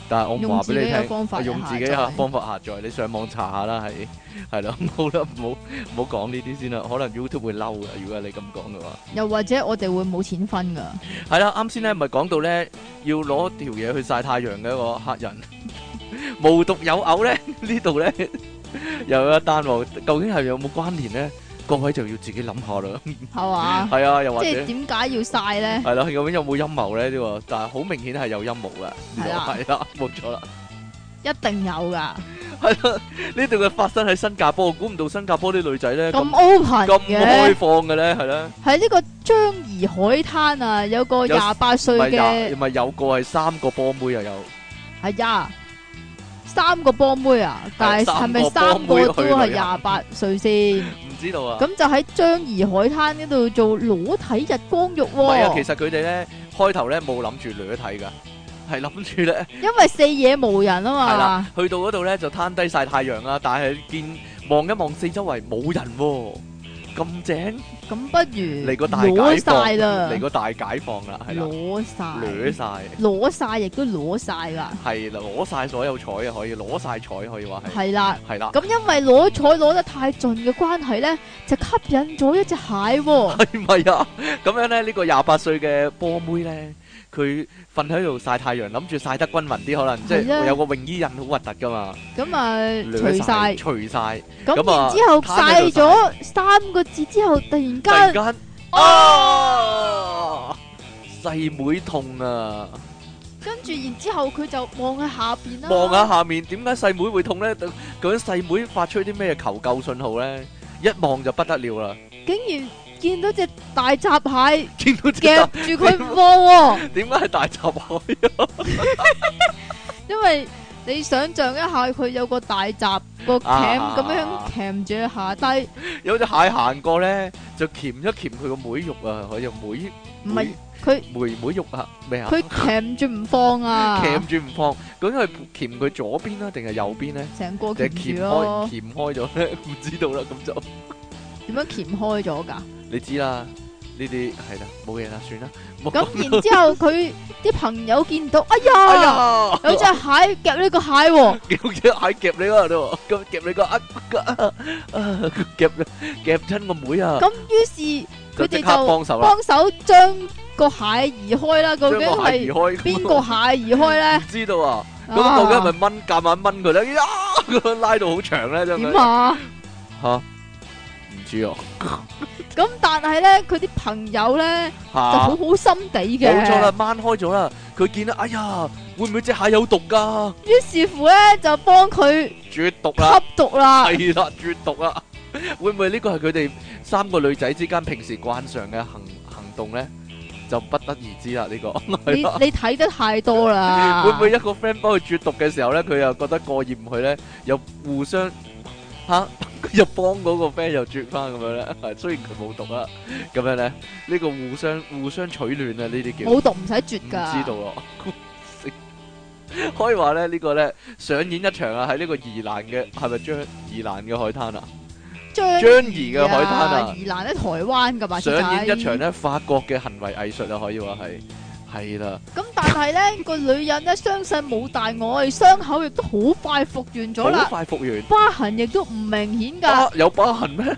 但係我唔
用
話
自
俾
己
你
嘅
聽。
方法嚟
用自己
下
嘅
載
方法下載，你上網查下啦，係係 啦，好啦，唔好唔好講呢啲先啦，可能 YouTube 會嬲嘅，如果你咁講嘅話。
又或者我哋會冇錢分噶，
係啦，啱先咧咪講到咧要攞條嘢去曬太陽嘅一個客人， 無獨有偶咧，呢 度咧又有一單喎，究竟係有冇關聯咧？各位就要自己諗下啦。
係嘛？
係啊，又
即
或者
係點解要晒咧？
係啦，究竟有冇陰謀咧？呢個但係好明顯係有陰謀嘅，呢度
係啦
係啦，冇錯啦。
一定有噶，
係啦，呢度嘅發生喺新加坡，我估唔到新加坡啲女仔咧
咁
咁
open
咁開
嘅，
放嘅咧，係啦。
喺呢個張怡海灘啊，有個
有
廿八歲
咪
嘅
有咪有個係三個波妹又有。
係呀，三個波妹啊，但係
哦三個
係咪
波
三
妹
個都
去
係
旅行
廿八歲先？
唔知道啊。
咁就喺張怡海灘嗰度做裸體日光浴
唔係啊，
喎，
其實佢哋咧開頭咧冇諗住掠睇噶，係諗住咧
因為四野無人啊
係啦
嘛，，
去到嗰度咧就攤低晒太陽啦，但係見望一望四周圍冇人喎、咁正
咁不如
嚟個大
嗯攞
解放，
晒啦
嚟，個大解放啦，係啦，
攞晒
掠。晒，
攞晒亦都攞晒啦，
係啦，攞晒所有彩啊，可以攞晒彩可以話係，
係啦。
係啦，
咁因為攞彩攞得太盡嘅關係咧，就吸引咗一隻蟹喎。
係咪啊？咁樣咧，呢、個廿八歲嘅波妹咧，佢瞓喺度晒太陽，諗住晒得均勻啲，可能即
係
係
啊
有個泳衣印好核突噶嘛，
咁啊，除
掠
晒。
除晒。
咁
咁啊
然之後
攤喺
晒
度
咗三個字之後，突然
突
間
然間啊，細妹痛啊！
跟住，然之後佢就望喺下邊啦。
望下下面，點解細妹會痛呢？究竟細妹發出啲咩求救信號呢？一望就不得了啦！
竟然見到隻大閘蟹
見到隻
夾
大，
住佢唔放喎，
點解係大閘蟹啊？
因為你想象一下，佢有個大閘個钳
啊
咁樣钳住佢下低，
有隻蟹行過咧，就鉗一鉗佢個妹肉啊，佢就妹
唔
妹
係佢
妹妹肉啊，咩啊？
佢钳住唔放啊，
鉗住唔放，究竟係鉗佢左邊啦，定係右邊咧？
成個
定係
鉗
鉗
住
開
咯，
鉗開咗 咧？唔知道啦，咁就
點樣鉗開咗㗎？
你知啦。呢啲係啦，冇嘢啦，算啦。冇
咁然之後佢啲朋友見到，哎
哎
呀，
呀，
有隻蟹夾呢個蟹 喎，
有隻蟹夾你嗰度，咁夾你個啊啊啊，夾夾親個妹啊！
咁於是
就
佢
即
哋
刻
就
幫手啦，
幫手將個蟹移開啦。究
將
竟
個蟹移
係
開。
邊個蟹移開咧
唔？知道啊！ 咁
啊
究竟係咪掹夾硬掹佢咧？呀，咁樣拉到好長咧，將
點
佢
啊？
吓唔知啊，
咁但係咧，佢啲朋友咧就
吓
好好心地嘅，
啊冇錯啦，。掹開咗啦。佢見到，哎呀，會唔會隻蟹有毒噶？
於是乎咧就幫佢
絕毒啦
吸，毒啦，
係啦，絕毒啦。會唔會呢個係佢哋三個女仔之間平時慣常嘅行行動咧？就不得而知啦。呢個
你
係啦。
你睇得太多啦，
會唔會一個 friend 幫佢絕毒嘅時候咧，佢又覺得過意唔去咧，又互相吓， 又幫嗰個 friend 又絕翻咁樣咧？係 雖然佢冇毒啦，咁樣咧，呢個互相互相取暖啊，呢啲叫
冇毒唔使絕
唔
㗎？
知道咯。 可以話咧，呢個咧上演一場啊，喺呢個宜蘭嘅係咪張宜蘭嘅海灘啊？
張
張怡嘅海灘啊
宜蘭喺台灣㗎嘛，其實
上演一場。咧法國嘅行為藝術啊，可以話係係啦。
咁但係咧個女人咧傷勢冇大礙，傷口亦都好快復原咗
好
啦，
快復原，
疤痕亦都唔明顯㗎，
啊有疤痕咩？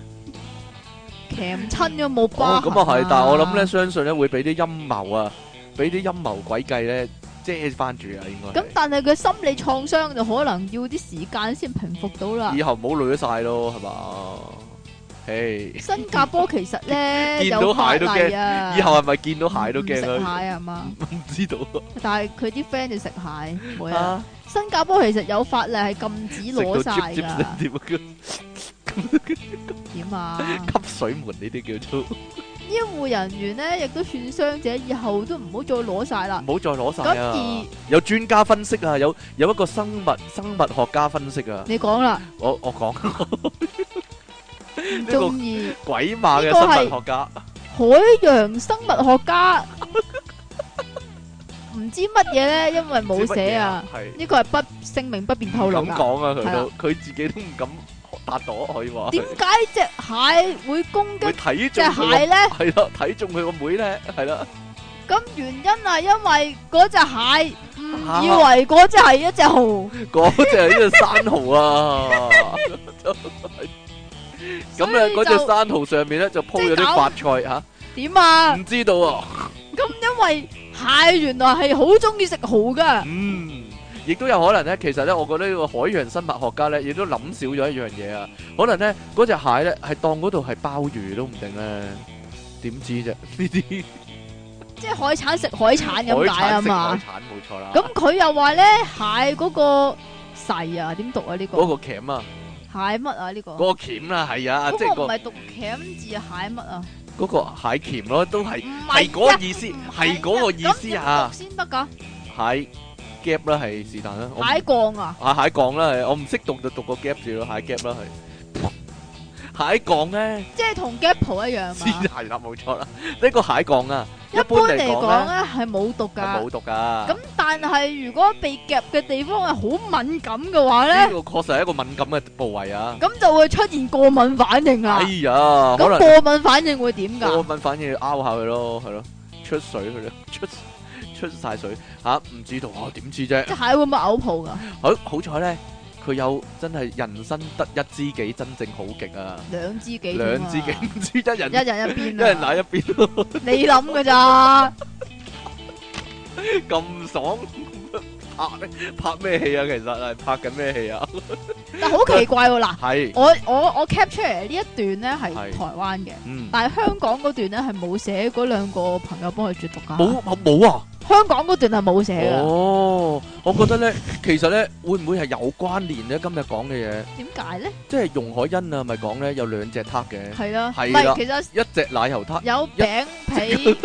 鉗親咗冇疤
哦，
痕。
咁啊係，但係我諗咧，。相信咧會俾啲陰謀啊，俾啲陰謀詭計咧遮翻住啊，應該
咁
係。
但係佢心理創傷就可能要啲時間先平復到啦。
以後唔好累咗晒咯，係嘛？嘿，
新加坡其實咧
見到
有法
蟹都驚
例啊，
以後係咪見到蟹都
唔食
驚
蟹
啊？
啊嘛，
唔知道
但係佢啲 friend 就食蟹，會啊。
啊，
新加坡其實有法例係禁止
食
攞
到
晒
接接
㗎，
點啊？
點啊？
吸水門 呢啲叫做，唔
醫護人員咧亦都勸傷者以後都唔好再攞晒啦。
好再攞晒
咁
啊
而！
有專家分析啊，有有一個生物生物學家分析啊，
你講啦，
我我講呢個
仲而
鬼馬嘅
呢個係
生物學家。
海洋生物學 家唔知乜嘢咧，因為冇寫啊。
係
呢個係不聲明不便透露
唔敢
㗎。
講啊，佢
係
都佢自己都唔敢答到，可以話。
點解隻蟹會攻
佢
擊
睇
隻
中佢
蟹咧？
個係啦，睇中佢個妹咧，係啦，
咁原因係因為嗰只蟹
啊
誤以為嗰只係一隻蠔，
嗰只係呢只山蠔啊。咁
所
咧，
以
嗰只
就
山蠔上面咧就鋪
即係
咗啲
搞
發菜
點
吓，
啊？
唔知道啊。
咁因為蟹原來係好中意食蠔噶，
嗯，亦都有可能咧。其實咧，我覺得呢個海洋生物學家咧，亦都諗少咗一樣嘢啊。可能咧，嗰只蟹咧係當嗰度係鮑魚都唔定咧，點知啫？呢啲
即係海產食海產咁解
海
啊
產食海
嘛。
產冇錯啦。
咁佢又話咧蟹嗰個細啊，點讀啊呢個
嗰個鉗啊，
蟹乜啊呢個？
嗰個鉗啦，係啊，即
嗰
係
個唔
個
係讀鉗字蟹乜啊？
嗰個蟹鉗咯，都係
唔
係嗰
啊
個意思，
唔
係嗰個意思啊
咁點讀！先得噶，
蟹夾啦，係是但啦，我唔
蟹降啊，
啊蟹降啦，係我唔識讀就讀個夾字咯，蟹夾啦係。蟹降咧，
即係同 gap 一樣
先
嘛。
係啦，冇錯啦。呢個蟹降啊，
一
般
般
嚟
嚟
講
講
咧
咧係冇毒
係
噶
冇。讀噶。
咁但係如果被夾嘅地方係好敏感嘅話
呢
咧，
個確實係一個敏感嘅部位啊。
咁就會出現過敏反應啊
哎。呀，可
咁。
能
過敏反應會點
過
㗎？
敏反應拗下佢咯，係咯，出水佢咯，出出晒水吓，唔、知道啊，點知啫？
隻蟹會唔會嘔泡㗎？
好好彩咧，佢有真係人生得一知己，真正好極啊！
兩支幾？
兩知己，唔知一人
一人一
一
邊
人
啊！
哪一邊咯，
你諗㗎 咋？
咁爽拍拍咩戲啊？其實係拍緊咩戲啊？
但好奇怪 喎！嗱，
係
我我我 cap 出嚟呢一段咧係
係
台灣嘅，
嗯，
但係香港嗰段咧係冇寫嗰兩個朋友幫佢絕毒㗎。
冇冇冇啊！
香港嗰段係冇寫噶，
哦，我覺得咧，其實咧，會唔會係有關聯咧？今日講嘅嘢，
點解咧？
即係容海恩啊，咪講咧有兩隻塔嘅，
係啦，唔
係
係
啦
其實
一隻奶油塔，
有餅 皮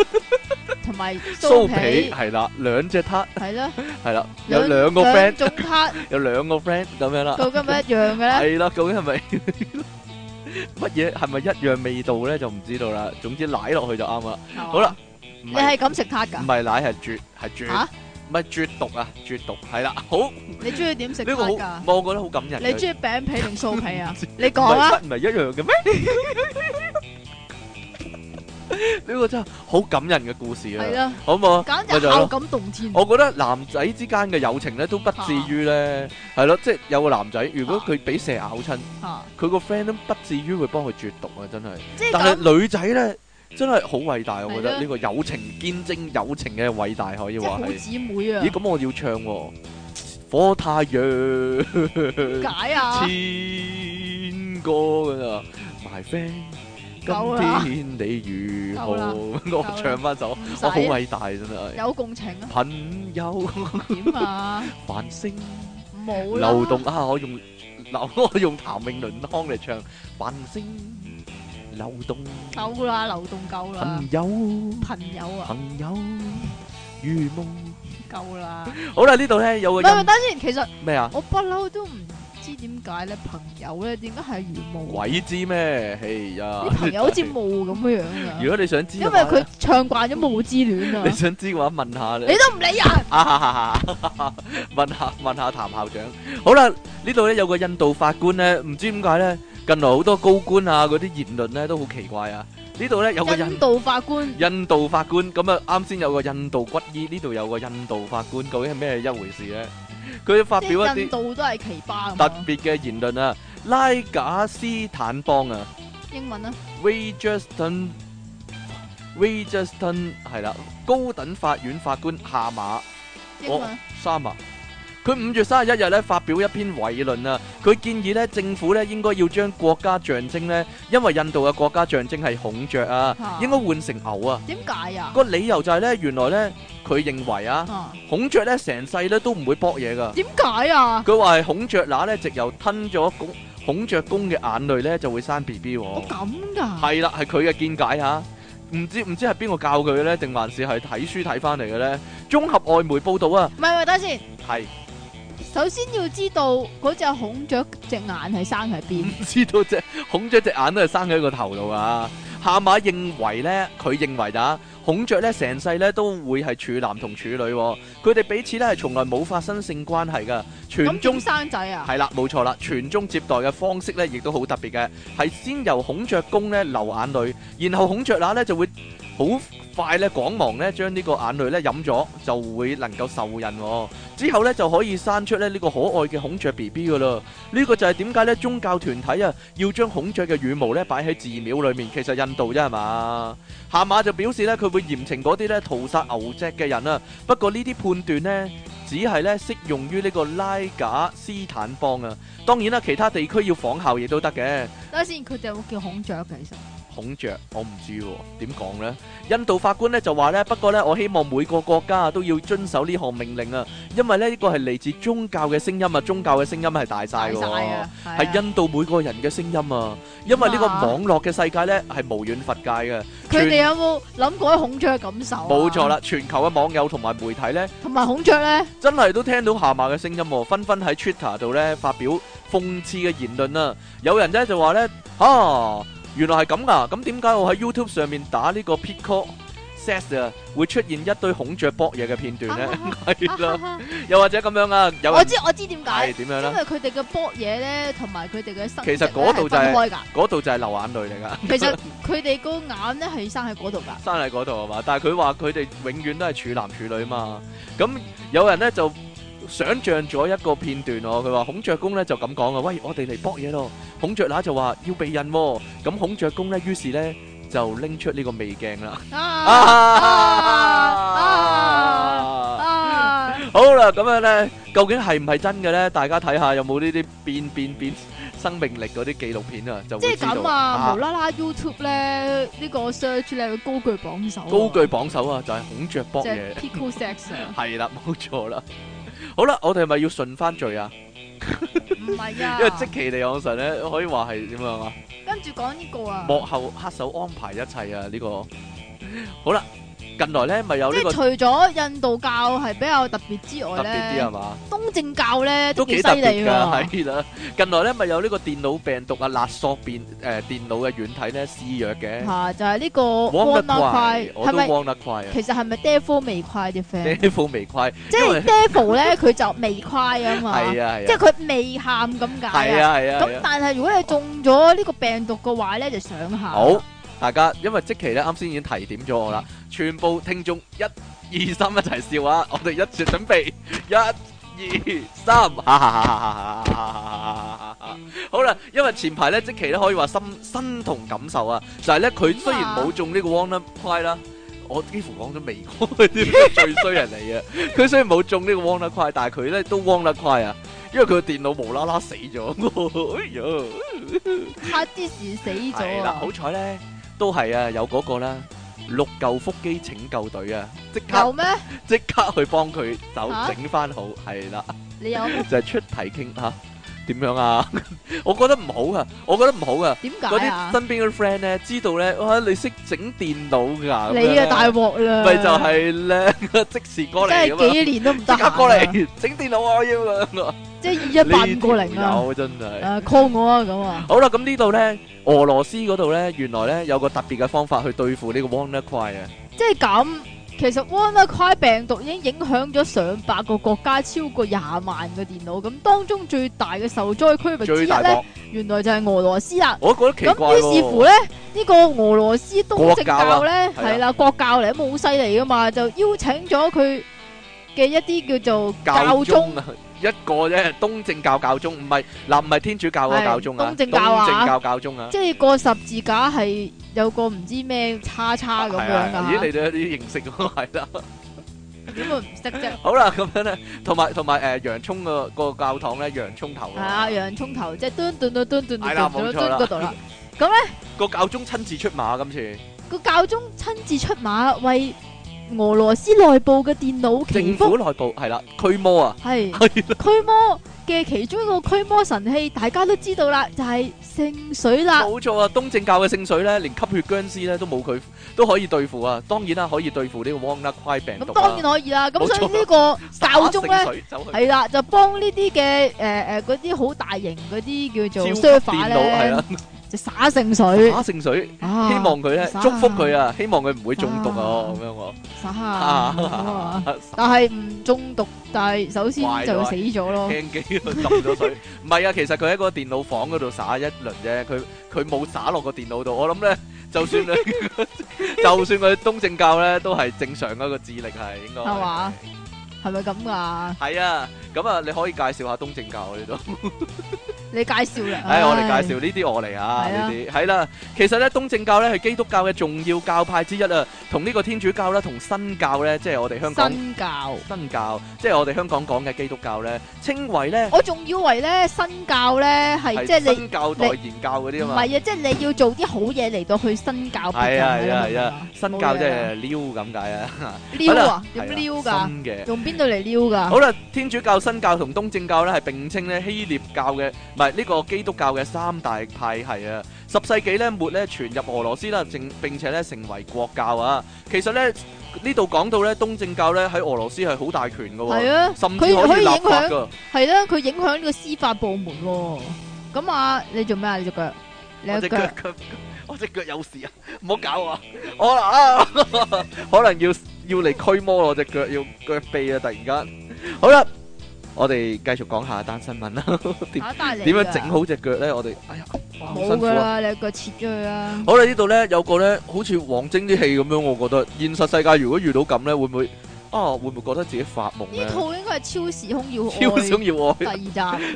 同埋酥
酥皮
皮，
係啦，兩隻塔
係啦，
係啦，有兩個 friend，
種卡
有兩個 friend 咁樣啦，
究竟咪一樣嘅咧？
係啦，究竟係咪乜嘢？係咪一樣味道咧？就唔知道啦。總之奶落去就啱啦。好
好，
啦，唔
你係
係
咁食塔
唔
㗎？
係奶係絕係絕
嚇，
唔係絕毒啊，絕毒係啦。好
你中意點食塔
呢個好
㗎，？
我覺得好感人
你
嘅。
中意餅皮定酥 皮啊
唔知？
你講啊！
唔係一樣嘅 咩？呢個真係好感人嘅故事
係
啊！
啦，
好唔好啊？
簡
咪
直
就係咯
孝感動天。
我覺得男仔之間嘅友情咧都不至於咧，係咯，即係有個男仔，如果佢俾蛇咬親，
嚇，
佢個 friend 都不至於會幫佢絕毒啊！真係，
即係
但係
咁，嗯
女仔咧真係好偉大，我覺
係
得
咯
呢個友情見證友情嘅偉大可以
即係
話
好
係。
姊妹啊
咦？！咁我要唱喎火太陽。
點解啊？
千個㗎啦，My friend，
夠啦
今天你如
夠
何？
啦
我唱翻首，
唔
我好
使
偉大真係。
有共情啊？
朋友
點啊？
繁星
冇啦
流動啊！我用 流我用譚詠麟腔嚟唱繁星流動，
夠啦，流動夠啦
朋，友
朋友啊，
朋友如夢。
夠啦。
好啦，呢度咧有
唔
個
係，
音
等先，其實
咩啊？
我不嬲都唔知點解咧，朋友咧點解係如霧？
鬼知咩？哎呀！
啲朋友好似
真係
霧咁樣樣
如
噶，
果你想知嘅
因
話
為
咧，
佢唱慣咗《霧之戀》
你
啊，
想知嘅話問下你
你。都唔理人。
À, 啊！ 問下問下譚校長。好啦，呢度咧有個印度法官咧，唔知點解咧，近來好多高官啊嗰啲言論咧都好奇怪啊。呢度咧有個
印
印
度法官
印度法官，咁啊啱先有個印度骨醫，呢度有個印度法官，究竟係咩一回事咧？ 佢發
即
表一
係印
啲
度都啊係奇葩
特
咁，
別嘅言論啊，拉賈斯坦邦啊。
英文啊，
Rajasthan Rajasthan 係啦，高等法院法官下馬。
英
我
文
三啊。佢五月三十一日咧發表一篇偉論啊，佢建議咧政府咧應該要將國家象徵咧，因為印度嘅國家象徵係孔雀啊
啊，
應該換成牛啊。
點解啊？
個理由就係咧，原來咧佢認為啊，
啊，
孔雀咧成世咧都唔會搏嘢噶。
點解啊？
佢話係孔雀乸咧，直由吞咗公孔雀公嘅眼淚咧就會生 B B
我
喎。
咁噶？
係啦，係佢嘅見解吓。唔知唔知係邊個教佢嘅咧，定還是係睇書睇翻嚟嘅咧？綜合外媒報道啊，
唔係唔係，等先。
係。
首先要知道嗰只孔雀隻眼係生喺邊，
唔知道只孔雀隻眼都係生喺個頭度啊！夏馬認為呢，佢認為咋孔雀呢成世呢都會係處男同處女、喎，佢哋彼此呢係從來冇發生性關係噶，
咁
傳嗯宗
點生仔啊？
係啦，冇錯啦，傳宗接代嘅方式呢亦都好特別嘅，係先由孔雀公呢流眼淚，然後孔雀乸呢就會好快呢趕忙呢將呢個眼淚呢飲咗，就會能夠受孕、喎。之後呢就可以生出咧呢個可愛嘅孔雀 B B 噶啦。呢個就係點解呢宗教團體啊要將孔雀嘅羽毛呢擺喺寺廟裏面，其實印度啫係嘛。夏馬就表示呢，佢會嚴懲嗰啲呢屠殺牛隻嘅人啊。不過呢啲判斷呢，只係呢適用於呢個拉賈斯坦邦啊。當然啦，其他地區要仿效亦都得嘅。
等下先，佢哋有冇叫孔雀嘅？其實
孔雀，我唔知喎，點講呢？印度法官呢就話呢，不過呢，我希望每個國家啊都要遵守呢項命令啊，因為呢呢個係嚟自宗教嘅聲音啊，宗教嘅聲音係大
大晒
晒喎
啊，，
係
係啊
印度每個人嘅聲音啊，因為呢個
咁啊
網絡嘅世界呢係無遠佛界嘅，
佢哋有冇諗過孔雀嘅感受？啊
冇錯，啦，全球嘅網友同埋媒體呢。
同埋孔雀咧，
真係都聽到下馬嘅聲音喎，紛紛喺 Twitter 度咧發表諷刺嘅言論啊！有人咧就話咧啊，原來係咁噶，咁點解我喺 YouTube 上面打呢個 Peacock Sex 啊，會出現一堆孔雀搏嘢嘅片段咧？ 係啦， 又或者咁樣啊，有
我
人
知我知點
係
解，
點
因
樣咧？
為佢哋嘅搏嘢咧，同埋佢哋嘅生殖
其實嗰度就係
咧係分開㗎。
嗰度就係流眼淚嚟噶，
其實佢哋個眼咧係生喺嗰度㗎。
生喺嗰度係嘛？但係佢話佢哋永遠都係處男處女嘛。咁有人咧就想像咗一個片段喎，佢話孔雀公咧就咁講啊，喂，我哋嚟搏嘢咯。孔雀乸就話要避孕喎，咁孔雀公咧於是咧就拎出呢個美鏡啦。
啊啊
啊！
啊！
好啦，咁样咧，究竟係唔係真嘅咧？大家睇下有冇呢啲變變變生命力嗰啲紀錄片啊，就
即
會
係
知道
咁啊，無啦啦 YouTube 咧呢個 search 咧會高舉榜首啊，
高舉榜首啊，就係孔雀搏
即
嘢
係。Pico Sex 啊，
係啦，冇錯啦。好啦，我哋係咪要順翻序啊？
唔係啊，
因為即其地昂神咧，可以話係點樣啊？
跟住講呢個啊，
幕後黑手安排一切啊！呢、個好啦，近來咧咪有
即
呢個
係除咗印度教係比較特別之
特
外
別啲係
咧，
嘛，
東正教咧
都
幾
幾
犀
特別
利
㗎，
喎，
係啦。近來咧咪有呢個電腦病毒啊、勒索變誒、呃、電腦嘅軟體咧肆虐嘅，
嚇就係呢個
warm 得
WannaCry
快，我
係
都
咪？
warm 得 快啊！
其實係咪 Devil 未快啲 friend？
呢副微快，
即
因為
係 Devil 咧，佢就未快啊嘛，
係啊係
即係
啊，
佢未喊咁解啊
係。啊係啊係
咁
啊。
但係如果你中咗呢個病毒嘅話咧，就上下。
好，大家因為即期咧啱先已經提點咗我啦，全部聽眾一、二、三一齊笑啊！我哋一齊準備，一、二、三，哈哈哈哈哈哈哈哈！好啦，因為前排咧即期咧可以話心身同感受啊，就係咧佢雖然冇中呢個 Warner Cry 啦。我幾乎講咗未開添，最衰人嚟啊！佢雖然冇中呢個 Warner Cry，但係佢咧都 Warner Cry 啊，因為佢個電腦無啦啦死咗，哎呀！
卡之時死
係
咗
啦，
啊
好！彩咧，都係啊，有嗰個啦，六嚿腹肌拯救隊啊，即刻
有咩？
即刻去幫佢走
嚇
整翻好，係啦，
你有咩
就係出題傾吓，點樣 啊？我覺得唔好啊，我覺得唔好啊，
點
嗰
解
啲
啊？
身邊嘅 friend 咧，知道咧，哇，你識整電腦㗎，咁
你
樣
啊
呢
大鑊啦！
咪就係 咧，即時過
真
嚟咁
係
嘛，
幾年都唔得
即
閒
刻
啊
過，嚟整電腦啊，我要啊，
即係二一八五過零啊！
有真係。
誒 call 我啊咁啊！
好啦，咁呢度咧，俄羅斯嗰度咧，原來咧有個特別嘅方法去對付呢個 WannaCry 啊，
即係咁，其實 WannaCry 病毒已經影響咗上百個國家，超過廿萬個電腦。咁當中最大嘅受災區域之
最
一
大
咧，
鑊，
原來就係俄羅斯啦。
我覺得奇怪
咁於是乎
喎。
咧，呢個俄羅斯東正教咧
國教啊
係啦，國教嚟咁好犀利噶嘛，就邀請咗佢嘅一啲叫做教宗
宗啊，一個啫，東正教教宗，唔係嗱，唔係天主教個
係
教宗啊，
東正教啊
東正教教宗啊，
即係個十字架係有個唔知咩叉叉咁
係
樣
啊咦，
噶
你哋有啲認識喎，係啦。
點會唔識啫？
好啦，咁樣咧，同埋同埋誒洋葱個個教堂咧，洋葱頭
係啊，
啊，
洋葱頭即係蹲蹲蹲蹲蹲
係
蹲
啦
蹲
冇
蹲
錯啦
嗰度啦。
個教宗親自出馬今次，
個教宗親自出馬為俄羅斯內部嘅電腦祈
政
福
府，內部係啦，驅魔啊，
係
係
驅魔嘅其中一個驅魔神器，大家都知道啦，就係聖水 啦。
冇錯啊，東正教嘅聖水咧，連吸血僵屍咧都冇佢都可以對付啊！當然啦，可以對付呢個 WannaCry 病毒
咁
啊。
當然可以啦。咁
冇錯
所以 呢個教宗
灑聖
咧，
水走去
係啦，就幫呢啲嘅誒誒嗰啲好大型嗰啲叫做
超級
server
電腦係
咧
啦，，
就灑聖水，
灑聖水， 希
啊
望佢咧
灑
祝福佢啊，希望佢唔會中毒啊
灑
咁樣喎。
灑
啊
下咁啊。但係唔中毒，但係首先
壞咗
就
啊
死咗 咯。
輕機佢浸咗水，唔係啊，其實佢喺個電腦房嗰度灑一輪啫，佢佢冇灑落個電腦度。我諗咧，就算佢就算佢東正教咧，都係正常嗰個智力係應該
係嘛係咪咁噶？
係啊，咁啊，你可以介紹下東正教啊呢 度。
你介紹啦。
唉，我哋介紹呢啲我嚟啊，
係啊
呢啲係啦。其實咧，東正教咧係基督教嘅重要教派之一啊，同呢個天主教啦，同新教咧，即係我哋香港
新教。
新教，即係我哋香港講嘅基督教咧，稱為咧
我仲以為咧新教咧哦係即係你
新教代言教嗰啲啊
唔
嘛。
係啊，即係你要做啲好嘢嚟到去新教別
係
人
啊
啊
係啊係啊，新教即
啫。
係撩咁解啊，
撩啊？
係
點
啊
撩㗎？
新嘅。
用邊度嚟撩㗎？
好啦，天主教、新教同東正教咧係並稱咧希臘教嘅，唔係呢個基督教嘅三大派系啊。十世紀咧末咧傳入俄羅斯啦，並並且咧成為國教啊。其實咧呢度講到咧東正教咧喺俄羅斯係好大權嘅
係
喎，
啊，
甚至
佢
可
可以
以立
影
法
響
㗎。
係啦，佢影響呢個司法部門喎。咁啊，你做咩啊？你只腳，你
我
一
只
腳
腳腳， 我只腳有事啊！唔好搞我啊！ 我啊， 可能要要嚟驅魔我只腳，要腳臂啊！突然間，好啦，我哋繼續講下一單新聞啦。 點
打帶嚟。
點樣整？好只腳咧？我哋哎呀，哇好
冇
辛苦
㗎
啊！
啦，你個切咗佢啦。
好啦，呢度咧有個咧，好似王晶啲戲咁樣，我覺得現實世界如果遇到咁咧，會唔會啊？會唔會覺得自己發夢咧
呢？套應該係超時空要
超
愛
想要
第
愛，
二集，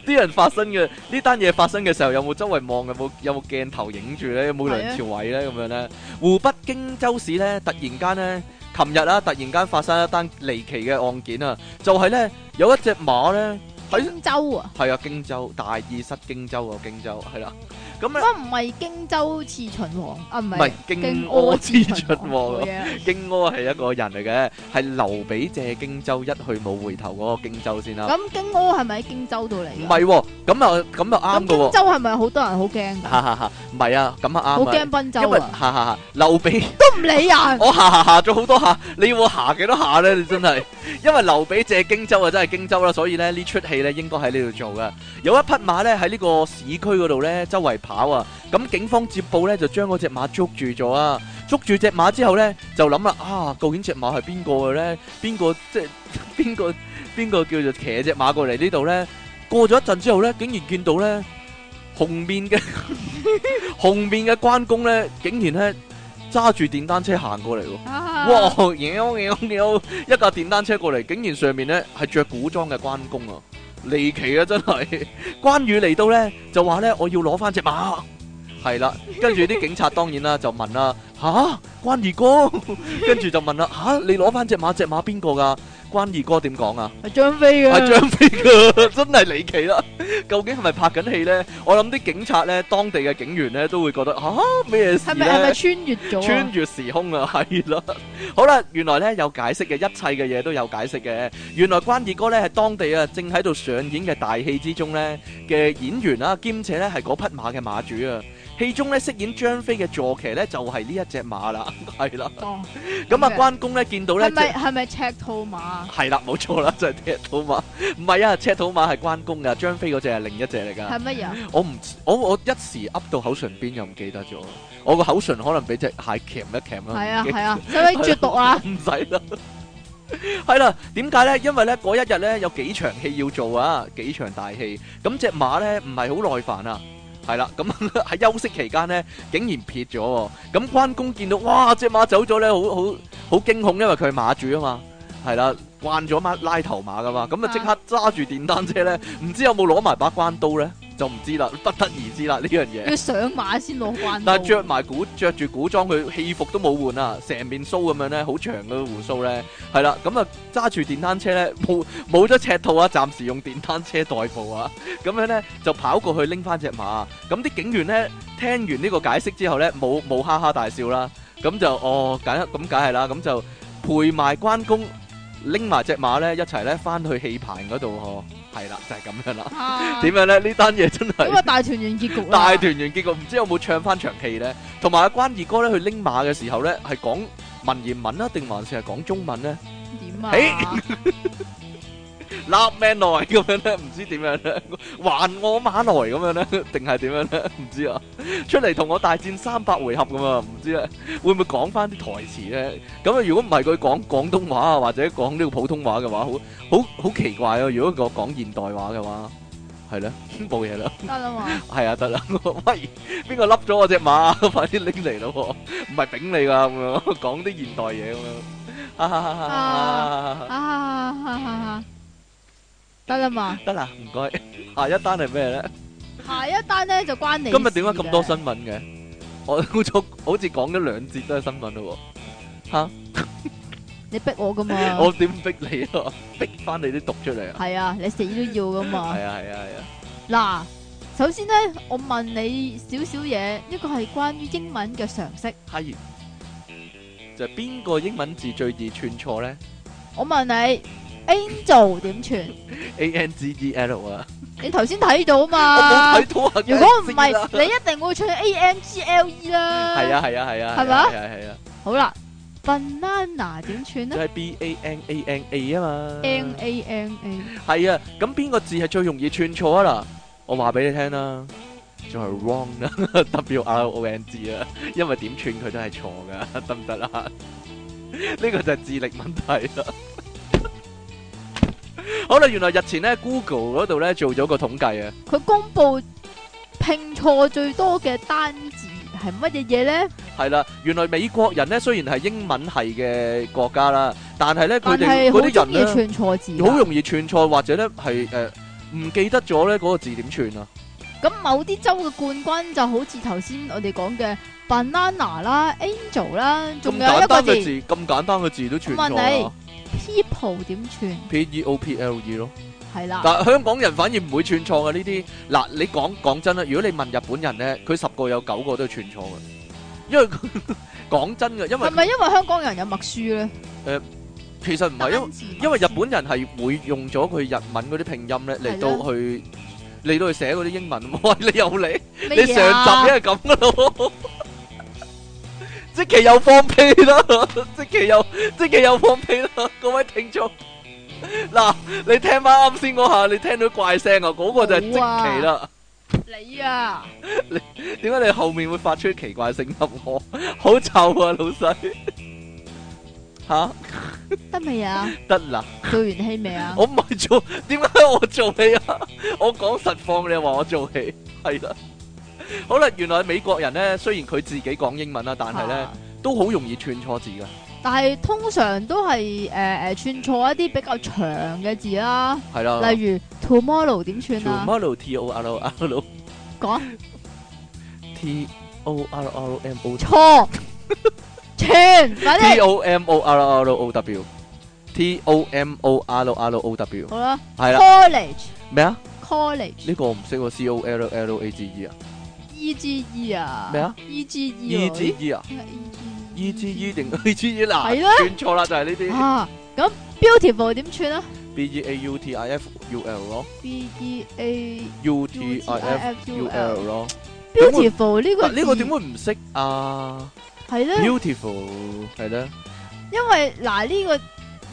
啲人發生嘅呢單嘢發生嘅時候，有冇周圍望？有冇有冇 鏡頭影住咧？有冇梁朝偉咧咁樣咧？湖北荊州市咧，突然間咧。琴日啊，突然間發生一單離奇嘅案件啊，就係呢，有一隻馬呢，喺
荊州啊，
係啊，荊州大意失荊州啊，荊州係啦，咁咧
乜唔係荊州刺秦王啊？唔
唔係
係
荊
荊
軻
軻
刺
刺
秦
秦
王
王
啊。荊軻係一個人嚟嘅，係劉備借荊州一去冇回頭嗰個荊州先啦。
咁荊軻係咪喺荊州度嚟㗎？
唔係喎，咁啊咁啊
咁
啱
荊
嘅喎，
州係咪好多人好驚㗎？
哈哈哈，唔係啊，咁啊
好
啱
驚
啊，
賓
因
州
為
啊？
哈哈哈，劉備。
都唔理人，
我下下下咗好多下，你要我下幾多下咧？你真係，因為劉備借荊州啊，真係荊州啦，所以咧呢出戲咧應該喺呢度做噶。有一匹馬咧喺呢個市區嗰度咧周圍跑啊，咁警方接報咧就將嗰只馬捉住咗啊，捉住只馬之後咧就諗啦啊，究竟只馬係邊個嘅咧？邊個即係 邊個邊個叫做騎只馬過嚟呢度咧？過咗一陣之後咧，竟然見到咧紅面嘅 紅面嘅關公咧，竟然咧揸住電單車行過嚟喎。
哇！
哇！妖妖妖！一架電單車過嚟，竟然上面呢係着古裝嘅關公啊，離奇啊真係！ 關羽嚟到呢，就話呢：「我要攞翻只馬。係啦，跟住啲警察當然啦就問啦，吓、關二哥，跟住就問啦，吓、你攞翻只馬，只馬邊個㗎？關二哥點講啊？
係張飛
阿
嘅，
張飛哥 真係離奇啦！究竟係咪拍緊戲呢？我諗啲警察呢，當地嘅警員呢，都會覺得吓咩、事
係
呢
咪係咪穿越咗啊？
穿越時空啊， 係啦。好啦，原來咧有解釋嘅，一切嘅嘢都有解釋嘅。原來關二哥咧係當地啊正喺度上演嘅大戲之中咧嘅演員啦、兼且咧係嗰匹馬嘅馬主啊。戲中咧飾演張飛嘅坐騎咧就係呢一隻馬啦， 係啦。
哦
咁啊
咁嘅
關公咧見到咧
係咪係咪赤兔馬？
係啦，冇錯啦，就係赤兔馬。唔係啊，赤兔馬係關公噶，張飛嗰只係另一隻嚟噶。
係乜嘢？
我唔我我一時噏到口唇邊又唔記得咗，我個口唇可能俾只蟹鉗一鉗啦。
係
唔
啊
記得
係啊，使唔使絕毒啊？
唔使啦。係啦，點解呢？因為呢嗰一日呢，有幾場戲要做啊，幾場大戲。咁只馬呢，唔係好耐煩啊。係啦，咁喺休息期間呢，竟然撇咗喎。咁關公見到哇，只馬走咗呢，好好好驚恐，因為佢係馬主啊嘛。係啦，慣咗馬拉頭馬噶嘛，咁啊即刻揸住電單車呢，唔知有冇攞埋把關刀呢？就唔知啦，不得而知啦呢樣嘢。
要上馬先攞關刀。
但係着埋古着住古裝，佢戲服都冇換啊，成面須咁樣咧，好長嘅胡鬚咧，係啦，咁啊揸住電單車咧，冇冇咗赤兔啊，暫時用電單車代步啊，咁樣咧就跑過去拎翻只馬，咁啲警員咧聽完呢個解釋之後咧，冇冇哈哈大笑啦，咁就哦，梗咁梗係啦，咁就陪埋關公拎埋只馬咧一齊咧翻去戲棚嗰度嗬，係啦，就係、咁樣啦，
啊
點樣咧？呢單嘢真係
咁。啊大團圓結局啦
大團圓結局唔知有冇唱翻場戲呢？同埋阿關二哥咧，去拎馬嘅時候呢，係講文言文啊，定還是係講中文呢？
點啊？
嘿立命來咁樣呢，唔知點樣呢？還我馬來咁樣呢？定係點樣呢？唔知啊！出嚟同我大戰三百回合咁啊，唔知啊，會唔會講翻啲台詞呢？咁啊，如果唔係佢講廣東話啊，或者講呢個普通話嘅話，好好好奇怪啊！如果我講現代話嘅話， 係咧冇嘢啦。
得啦嘛，
係啊，得啦，喂，邊個笠咗我只馬？快啲拎嚟咯，唔係丙你噶咁樣，講啲現代嘢咁樣，
Ờ.
啊，
啊哈哈哈得啦嘛。
得啦，唔該，下一單係咩咧？
下一單咧就關你
今日點解
事
咁多
嘅
新聞嘅？我好似好似講咗兩節都係新聞咯
你逼我噶嘛？
喎，我點逼你啊？逼翻你啲毒出嚟啊！
係啊，你死都要噶嘛？
係啊係啊係啊，
嗱，首先咧，我問你少少嘢，呢個係關於英文嘅常識。
係就係邊個英文字最易串錯咧
我問你，angel 點傳？
？A N G E L 啊，
你頭先睇到
我
嘛
冇？睇到啊！梗係
如果唔
知啦
係，你一定會唱 A N G L E 啦。
係。啊係啊係啊，
係嘛
係啊係啊。
好啦，banana 點串
就
咧
係 B A N A N A 啊嘛。
？N A N A
係啊，咁邊個字係最容易串錯啊？嗱，我話俾你聽啦，就係 wrong 啦 ，W R O N G 啊，因為點串佢都係錯噶， 得唔得啊？呢個就係智力問題啦。 好啦，原來日前咧 Google 嗰度咧做咗個統計啊，
佢公布拼錯最多嘅單字係乜嘢嘢咧？
係啦，原來美國人咧雖然係英文系嘅國家啦，但係咧佢
但
哋
係
嗰
好
啲
中
人
意
咧。
串錯字㗎。
好容易串錯，或者咧係誒唔記得咗咧嗰個字點串啊？
咁某啲州嘅冠軍就好似頭先我哋講嘅 banana 啦、angel 啦，仲有一個字
咁簡單嘅字-咁簡單嘅字都串錯啊。E
我問你。people 點串？
P.E.O.P.L.E. 咯。
係啦，
但香港人反而唔會串錯嘅呢啲。嗱，你講講真啦，如果你問日本人咧，佢十個有九個都係串錯嘅，因為佢 講真嘅，因為
係咪因為香港人有默書咧？
其實唔係因為
單字默
因為日
書
本人係會用咗佢日文嗰啲拼音咧嚟
係咯
到去嚟到去寫嗰啲英文。 喂，你又嚟？
咩
你上
嘢啊
集已經係咁噶咯喎，即其有放屁啦，即其有即其有放屁啦，各位聽眾。嗱，你聽翻啱先嗰下，你聽到怪聲啊，嗰、個就係即其啦。
你啊，
點解你後面會發出奇怪聲音？我好臭啊，老細。吓
得未啊？
得啦，
做完戲未啊？
我唔係做，點解我做戲啊？我講實況，你又話我做戲，係啦。好啦，原來美國人咧，雖然佢自己講英文啦，但係咧。
啊
都好容易串錯字噶，
但係通常都係誒誒串錯一啲比較長嘅字啦，
係啦。
例如 tomorrow 點串啊？
啊 tomorrow t o r r o
講
t o r r m o
錯，串，快
t
啲
o m o r r o w t o m o r r o w
好啦
係啦
，college
咩啊？
college
呢個我唔識喎 c o l l a g e 啊
E G E 啊？
咩啊
？E G E
e g e 啊 e g e 定 e g e 嗱
係啦
串錯啦就係呢啲
啊？咁 beautiful 點串啊
b e a u t i f u l 咯
？B E A
u
U
t
T
i
I
f
F
u
U
l
L
咯，點會
beautiful 呢個 E
嗱呢個
字
點會啊唔識啊
係咧？
？beautiful 係啦，
因為嗱呢、個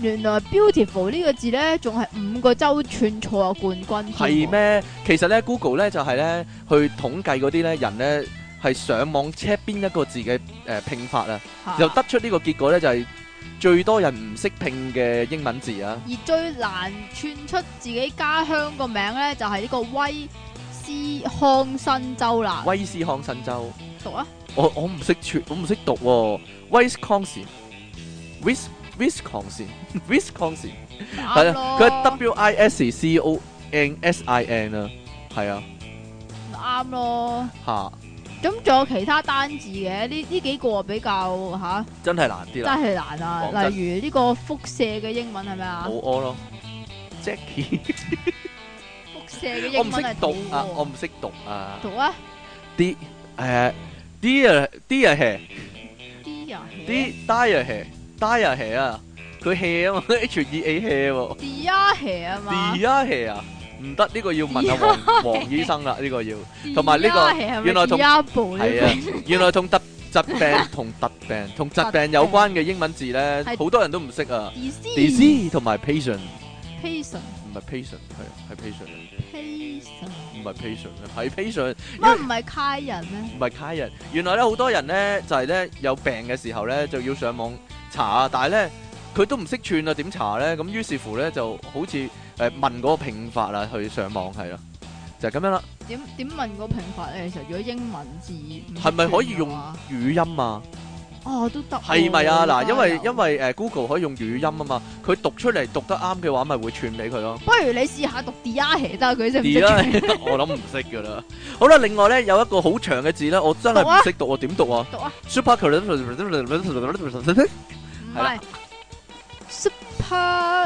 原來 beautiful 呢個字咧，仲係五個州串錯嘅冠軍。
係？咩？其實咧，Google 咧就係咧去統計嗰啲咧人咧係上網 check 邊一個字嘅誒、呃拼法啊，就得出呢個結果咧就係、最多人唔識拼嘅英文字啊，
而最難串出自己家鄉個名咧，就係、呢個威斯康辛州啦。
威斯康辛州，
讀啊，
我我唔識串，我唔識讀喎、威斯康士，Wis Wisconsin Wisconsin 係
啱咯，
啊，佢係 W I S C O N S I N 啊，係啊
啱咯。
嚇，
咁仲有其他單字嘅，呢呢幾個比較吓、
真係難啲
真
啦，
係難
講
啊。
真
例如呢個輻射嘅英文係咪啊
好？屙咯，Jackie。
輻射嘅
我
英
唔
文
識
係
讀啊，我
肚
唔識讀啊
喎。讀啊
啲誒啲啊啲啊 hair，
，D 啊
啲 die 啊 hair，die 啊 hair 啊，佢 hair 啊嘛，H E A hair 喎
D 啊 hair 啊嘛。
，die 啊 hair 啊，唔得呢個要問下
Dia
黃黃醫生啦，呢個要。同埋呢個原
原
來
來
同
同一部
係啊，原來同特疾病同特病同疾病有關嘅英文字咧，
係
好多人都唔識啊。
disease
disease 同埋 patient
patient
唔係 patient 係係 patient 嚟
patient
嘅唔係 patient 係 patient。
乜唔係卡人咩？
唔係卡人，原來咧好多人咧就係、咧有病嘅時候咧就要上網查啊，但係咧佢都唔識串啊，點查咧？咁於是乎咧就好似誒、呃、問嗰個拼法啦，去上網係咯，就係、咁樣啦。
點點問個平法咧？其實如果英文字唔
係咪可以
識
用
串嘅話
語音啊，
哦都得喎
係咪啊？嗱，
都
因為
有
因為誒、呃 Google 可以用語音啊嘛，佢讀出嚟讀得啱嘅話，咪會串俾佢咯。
不如你試下讀 diahe 得佢識唔識
啲
串？
啦， 我諗唔識噶啦。好啦，另外咧有一個好長嘅字咧，我真係
讀啊
唔識讀，我點讀啊
讀啊
？Super current
唔
係啦
係 super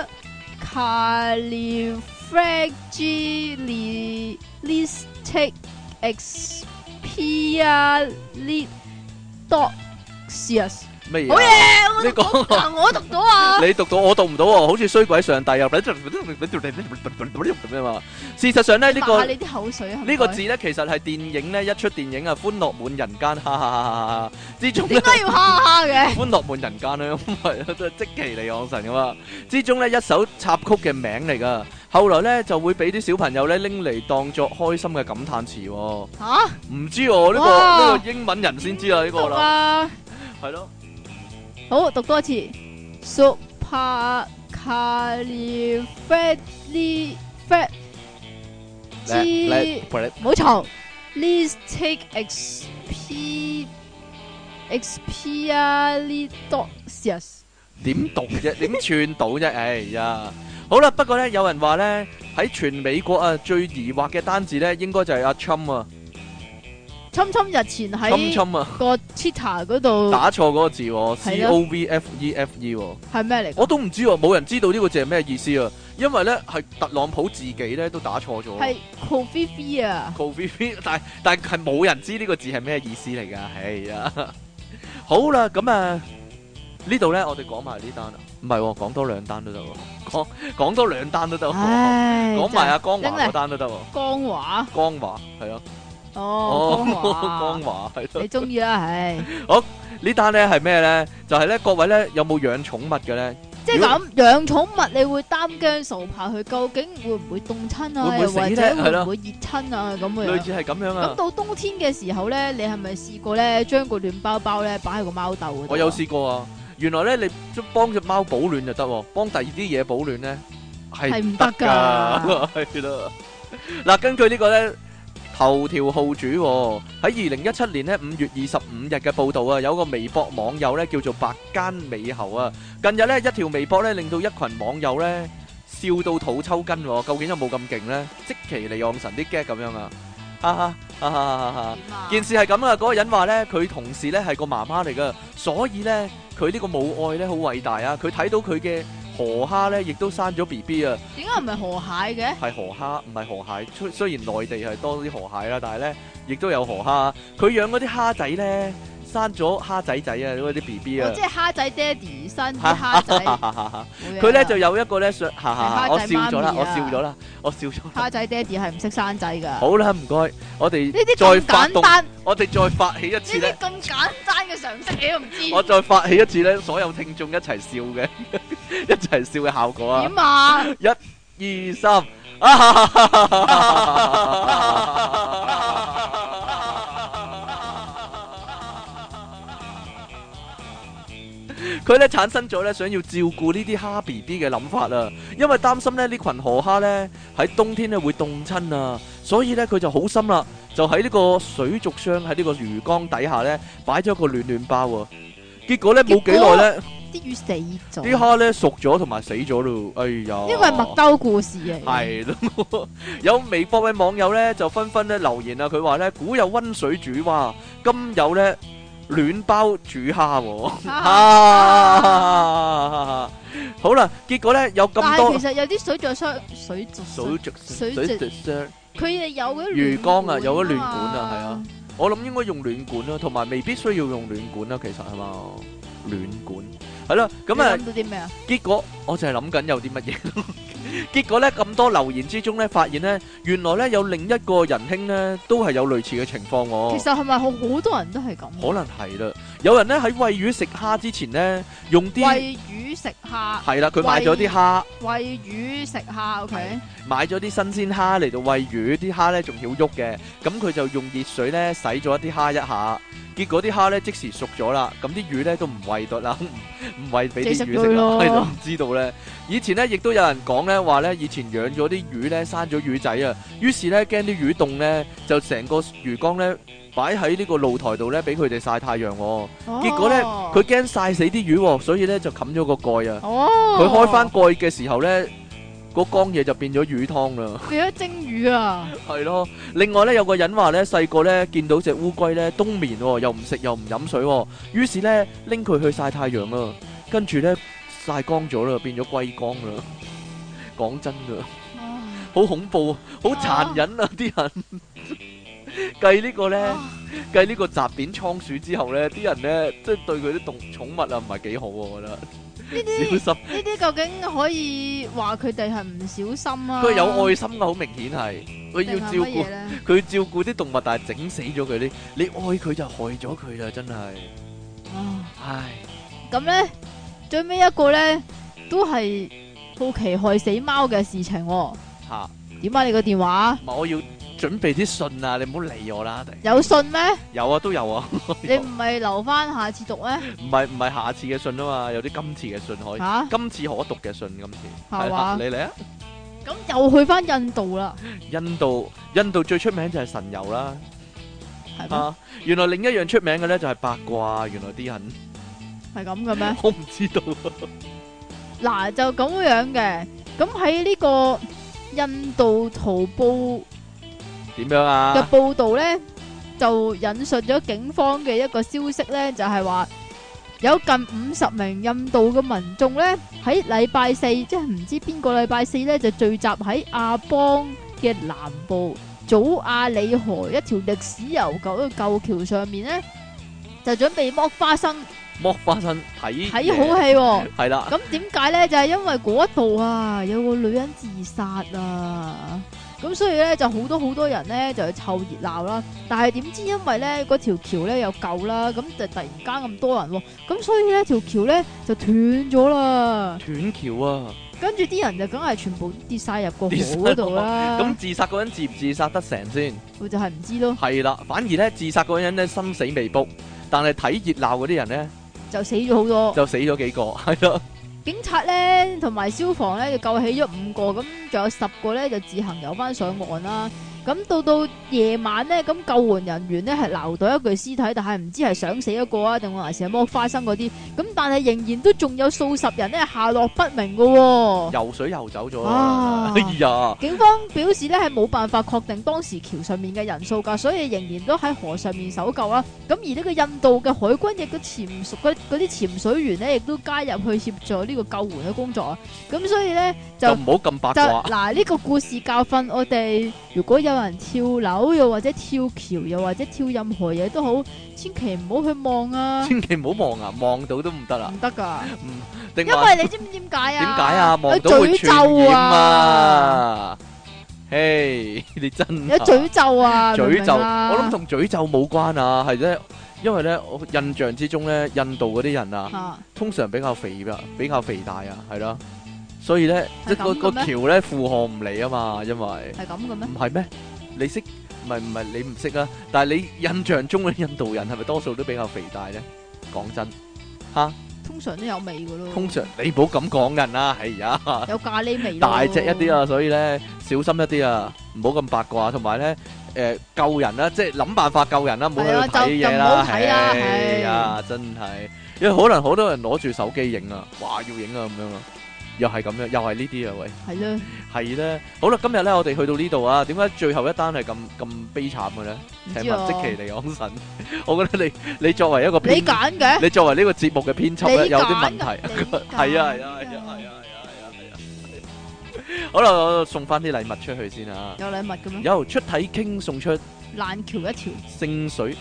califragilistic expialidocious
乜嘢
好
啊？
嘢！
呢
呢
個
個我讀到啊！
你讀到我讀唔到喎，好似衰鬼上帝啊！ 咁樣嘛。事實上咧，呢、
呢
個
你啲口水係咪
呢個字咧，其實係電影咧一出電影啊，《歡樂滿人間》哈哈哈哈哈哈之中咧
點，解要哈哈嘅？
歡樂滿人間咧，因為真係即其離昂神噶嘛。之中咧一首插曲嘅名嚟噶，後來咧就會俾啲小朋友咧拎嚟當作開心嘅感嘆詞喎。唔
嚇
知喎，呢、個
哇
呢、個英文人先知啊，呢、個
讀
啦，
啊！
係咯。
好讀多次，super califragilistic
叻叻
冇嘈，list take xp xpialidocious
點讀啫？點串到啫？哎呀！好啦，不過咧，有人話咧，誒、喺全美國啊最疑惑嘅單字咧，應該就係阿 Chum 啊
侵侵日前
，Chum
喺
Chum 啊，
個 Twitter 嗰度
打錯嗰個字喎，C
嗯係咯
O V F E F E 喎。
係咩嚟㗎？
我都唔知喎，冇人知道呢個字係咩意思啊！因為咧係特朗普自己咧都打錯咗
係 Covid B 啊，
，Covid，但 E，但係冇人知呢個字係咩意思嚟㗎，係啊！ 好啦，咁啊呢度咧我哋講埋呢單啊，唔係喎，講多兩單都得喎，講講多兩單都
哦
得喎，
唉，
講埋阿
真係
江華
拎
嗰
嚟
單都得喎，
江華，
江華係啊，
哦， 江
江
華，
華係咯
你，中意啦，唉，
呢單咧係咩咧？就係咧各位咧有冇養寵物嘅咧？
即係咁養寵物，你會擔驚受怕，佢究竟會唔會凍親啊？
會唔會
又
死
或
咧
者
係
會
咯
唔會熱親啊？咁
類
樣。
似係咁樣
咁
啊！
到冬天嘅時候咧，你係咪試過咧將個暖包包咧擺喺個貓竇嗰度啊？
我有試過啊，原來咧你幫只貓保暖就得喎，幫第二啲嘢保暖咧係
係
唔
唔
得
得
㗎
㗎，
係啦。嗱，根據呢個咧頭條號主喎喺二零一七年咧五月二十五日嘅報導啊，有個微博網友咧叫做白間美猴啊，近日咧一條微博咧令到一群網友咧笑到肚抽筋喎，究竟有冇咁勁咧？即其離岸神啲 get 咁樣啊，哈哈哈哈哈哈哈！
點啊
件事係咁啊！嗰、個人話呢，佢同事呢係個媽媽嚟噶，所以呢，佢呢個母愛呢好偉大啊！佢睇到佢嘅河蝦呢，亦都生咗 B B 啊，
點解唔係河蟹嘅？
係河蝦唔係河蟹。雖雖然內地係多啲河蟹啦，但係呢，亦都有河蝦。佢養嗰啲蝦仔呢，生咗蝦仔仔啊，嗰啲 B B 啊
我即。係蝦仔爹哋生 啲蝦仔，啊冇嘢
佢
啦
呢就有一個呢，想，哈哈哈
係
我
蝦
笑
仔
咗啦，
媽咪
我
啊
笑咗啦，我笑咗 啦。
蝦仔爹哋係唔識生仔㗎。呢
好啦，唔該，我哋
啲
再
咁
發
簡
動，
單，呢
我哋再發起一次呢。
啲咁簡單嘅常識你都唔知
我再發起一次咧，所有聽眾一齊笑嘅， 一齊笑嘅效果啊！
點啊？
一、二、三， 啊哈哈哈哈哈哈佢咧產生咗咧想要照顧呢啲蝦 B B 嘅諗法啊，因為擔心咧呢群河蝦咧喺冬天咧會凍親啊，所以咧佢就好心啦，就喺呢個水族箱喺呢個魚缸底下咧擺咗個暖暖包啊，結果咧冇幾耐咧。
啲魚死咗。
啲蝦咧熟咗同埋死咗咯，哎呀！
呢個係麥兜故事嚟。
係咯，有微博嘅網友咧就紛紛咧留言啊，佢話咧古有温水煮蛙，今有咧暖包煮蝦喎。 好啦，結果咧有
但
咁
係
多
其實有啲水族箱、水族箱
水族
水
水
族
族箱，
佢哋有嗰啲
魚缸啊
暖管嗯
有嗰暖
嘛
管啊係啊。我諗應該用暖管啦，同埋未必需要用暖管啦，其實係嘛？暖管係啦，咁啊
你。諗到啲咩啊？
結果我就係諗緊有啲乜嘢咯。 結果呢，咁多留言之中呢，發現呢，原來呢，有另一個仁兄呢，都係有類似嘅情況
其
喎。
實係咪好好多人都係咁？啊
可能係啦，有人呢，喺餵魚食蝦之前呢，用啲
喂魚食蝦，
係啦，佢買咗啲蝦，
喂魚食蝦，OK，
買咗啲新鮮蝦嚟到餵魚，啲蝦呢仲曉喐嘅，咁佢就用熱水呢，洗咗啲蝦一下，結果啲蝦呢，即時熟咗啦，咁啲魚呢，都唔餵得啦， 唔唔餵俾啲
即食
魚食
佢
啦，
咯
係 咯，唔知道呢。以前呢，亦都有人講呢話呢，以前養咗啲魚呢，生咗魚仔啊，於是呢，驚啲魚凍呢，就成個魚缸呢，擺喺呢個露台度呢，俾佢哋曬太陽
哦
喎，結
結
果呢佢驚曬死啲魚喎，所以呢，就冚咗個蓋啊，
哦，
佢開翻蓋嘅時候呢，個缸嘢就變咗魚湯啦。
變咗蒸魚啊！
係咯，另外咧有個人話咧細個咧見到只烏龜咧冬眠喎、又唔食又唔飲水喎、於是咧拎佢去曬太陽啊，跟住咧曬乾咗啦，變咗龜缸啦。 講真噶，
啊
好恐怖，好殘忍啊！啲人 計呢個咧，
哦
計呢個雜扁倉鼠之後咧，啲人咧即係對佢啲動寵物啊，唔係幾好啊，我覺得。
呢啲
小心，
呢啲究竟可以話佢哋係唔小心啊？
佢有愛心啊，好明顯係，佢要
定係
照
乜
顧
嘢。咧？
佢照顧啲動物，但係整死咗佢啲，你愛佢就害咗佢啦，真係，
啊
唉，
咁咧最尾一個咧都係好奇害死貓嘅事情喎。
嚇、
點啊？你個電話
唔係我要準備啲信啊，你唔好理我啦，定
有信咩？
有啊，都有啊，
你唔係留翻下次讀咩？
唔係唔係下次嘅信啊嘛，有啲今次嘅信可以，
吓
今次可讀嘅信，今次
係
係啦
嘛，
你嚟啊，
咁又去翻印度啦，
印度印度最出名就係神油啦，
係咩？
啊，原來另一樣出名嘅咧就係八卦，原來啲人
係咁嘅咩？
我唔知道，
嗱，就咁樣嘅。咁喺呢個印度圖報
點樣啊？
嘅報導咧，就引述咗警方嘅一個消息咧，就係話有近五十名印度嘅民眾咧，喺禮拜四，即係唔知邊個禮拜四咧，就聚集喺阿邦嘅南部祖亞里河一條歷史悠久嘅舊橋上面咧，就準備剝花生
剝花生
睇
睇
好戲喎、
係啦，
咁點解咧？就係、因為嗰度啊，有個女人自殺啊，咁所以咧就好多好多人咧就去湊熱鬧啦。但係點知因為咧嗰條橋咧又舊啦，咁就突然間咁多人喎、咁所以咧條橋咧就斷咗啦。
斷橋啊！
跟住啲人就梗係全部跌晒入個河嗰度啦。
咁自殺嗰人自唔自殺得成先？
我就係唔知咯，
係啦，反而咧自殺嗰人咧生死未卜，但係睇熱鬧嗰啲人咧
就死咗好多。
就死咗幾個，係咯，
警察咧同埋消防咧就救起咗五個，咁仲有十個咧就自行游翻上岸啦。咁到到夜晚咧，咁救援人員咧係留到一具屍體，但係唔知係想死一個啊，定還是係剝花生嗰啲。咁但係仍然都仲有數十人咧下落不明嘅、喎。
游水游走咗啦
啊。
哎呀，
警方表示咧係冇辦法確定當時橋上面嘅人數㗎，所以仍然都喺河上面搜救啦。咁而呢個印度嘅海軍亦都潛熟嗰嗰啲潛水員咧，亦都加入去協助呢個救援嘅工作啊。咁所以咧就
就唔好咁八
就
卦。
嗱呢個故事教訓我哋，如果有人跳樓，又或者跳橋，又或者跳任何嘢都好，千祈唔好去望啊，
千祈唔好望啊，望到都唔得啦
唔。得㗎，
定
因
話
為你知唔知點解
點
啊？
解啊？望到會
有
傳
詛咒
染
啊！
啊！嘿， 你真係
有詛咒啊！明唔
詛
明
咒，
啊
我諗同詛咒冇關啊，係咧，因為咧我印象之中咧，印度嗰啲人啊，
啊
通常比較肥噶，比較肥大啊，係啦，所以咧即
係
係個
咁嘅
個
咩
橋咧負荷唔嚟啊嘛，因為
係咁嘅咩
唔？係咩？你識唔係唔係你唔識啊？但係你印象中嘅印度人係咪多數都比較肥大咧？講真，
通常都有味嘅咯，
通常你唔好咁講人啦，係呀。
有咖喱味咯，
大隻一啲啊，所以咧小心一啲啊，唔好咁八卦，同埋咧誒救人啦，即係諗辦法救人啦，唔好
係
喺
啊
度睇
就
嘢
就唔好
啦，
睇啦
係
係
啊，真係，因為可能好多人攞住手機影啊，哇要影啊咁樣啊，又係咁樣，又係呢啲啊喂，
係咯，
係咧，好啦，今日咧我哋去到呢度啊，點解最後一單係咁咁悲慘嘅咧？
唔
請
知
問
啊，
即其尼昂神， 我覺得你你作為一個
你
編
揀嘅，
你作為呢個節目嘅編輯咧，
你
有啲問
揀㗎
題。
你揀㗎
係啊係啊係啊係啊係啊係啊！好啦，我送翻啲禮物出去先啊！
有禮物嘅咩？
有出體傾送出
爛橋一條，
聖 水，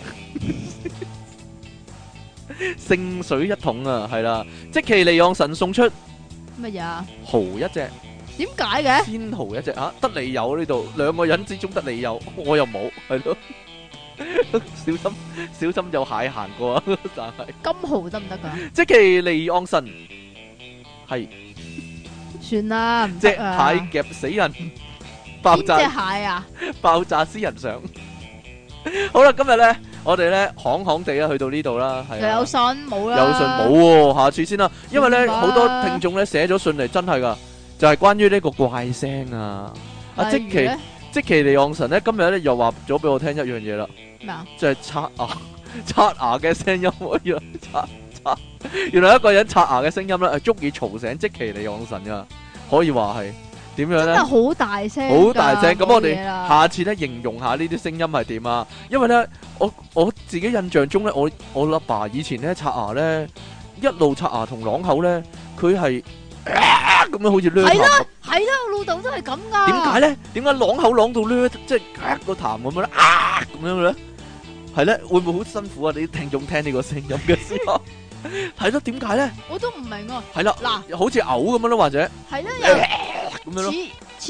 聖水一桶啊，係啦！即其利昂神送出
乜嘢啊？
蠔一隻，
點解嘅？
仙蠔一隻啊！得你有呢度兩個人之中得你有，我又冇，係 咯。小心小心有蟹行過 啊！但係
金蠔得唔得㗎？
即其利昂神係。
算啦，唔
隻
得啊！
蟹夾死人，爆
邊
炸
隻蟹啊？
爆炸私人相。 好啦，今日咧，我哋咧行行地啊，去到呢度啦，係
又
啊
有信冇啦，
有信冇喎，下次先啦，因為咧
算吧
好多聽眾咧寫咗信嚟，真係噶，就係關於呢個怪聲啊。阿
例
即
如
奇
咧
即奇利昂神咧，今日咧又話咗俾我聽一樣嘢啦。
咩啊？
就係刷牙刷牙嘅聲音喎，原來刷刷，原來一個人刷牙嘅聲音咧，係足以嘈醒即其利昂神噶，可 以話係點樣
真
咧
係？好大聲㗎，
好大聲，咁
冇
我哋
嘢啦
下次咧形容下呢啲聲音係點啊？因為咧，我我自己印象中咧，我我阿爸以前咧刷牙咧，一路刷牙同朗口咧，佢係 咁樣好似掠
係啦
痰咁。
係啦，我老豆都係咁噶。
點解咧？點解朗口朗到咧，即係 咳個痰咁樣咧？啊咁樣咧，係咧，會唔會好辛苦啊？你啲聽眾聽呢個聲音嘅時候，係咯？點解咧？
我都唔明啊。
係啦，
嗱，
好似嘔咁樣咯，或者
係啦，
咁樣
又
咯。
似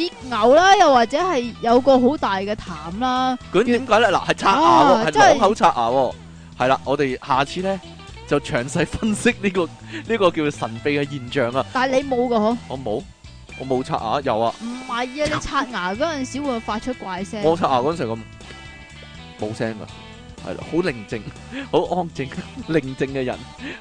似牛啦，又或者係有個好大嘅痰啦。
究竟點解咧？嗱，係刷牙
啊
喎，係
真係
朗口刷牙喎。係啦，我哋下次咧就詳 細分析呢個呢個叫神秘嘅現象啊！
但係你冇噶嗬，
我冇，我冇刷牙，有啊，
唔係啊！ 你刷牙嗰陣時會發出怪聲。
我刷牙嗰陣時咁冇聲噶，係啦，好寧靜，好安 靜，寧靜嘅人，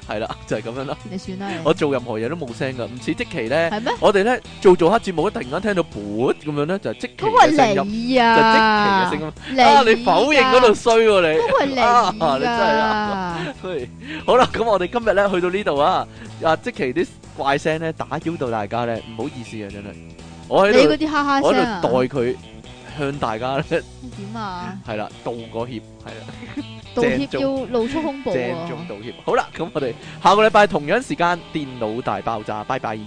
係啦，就係咁樣啦。
你算啦，
我
你
做任何嘢都冇聲噶，唔似即期咧，
係咩？
我哋咧做做下節目，突然間聽到噗咁樣咧，就係即期
嗰個
嘅聲
係
音，
你
就
啊，
係即期嘅聲音。
你
啊，你否認嗰度？衰喎你。
嗰個係你
啊你真係
啊！
嘿好啦，咁我哋今日咧去到呢度啊，啊即期啲怪聲咧打擾到大家咧，唔好意思啊，真係我
你
喺
嗰
度
啲哈哈
我
聲
喺
啊，
度代佢向大家咧，
點啊？
係啦，道個歉，係啦。
道歉
鄭重
要露出胸部
鄭重
啊！
道歉。好啦，咁我哋下個禮拜同樣時間電腦大爆炸，拜拜。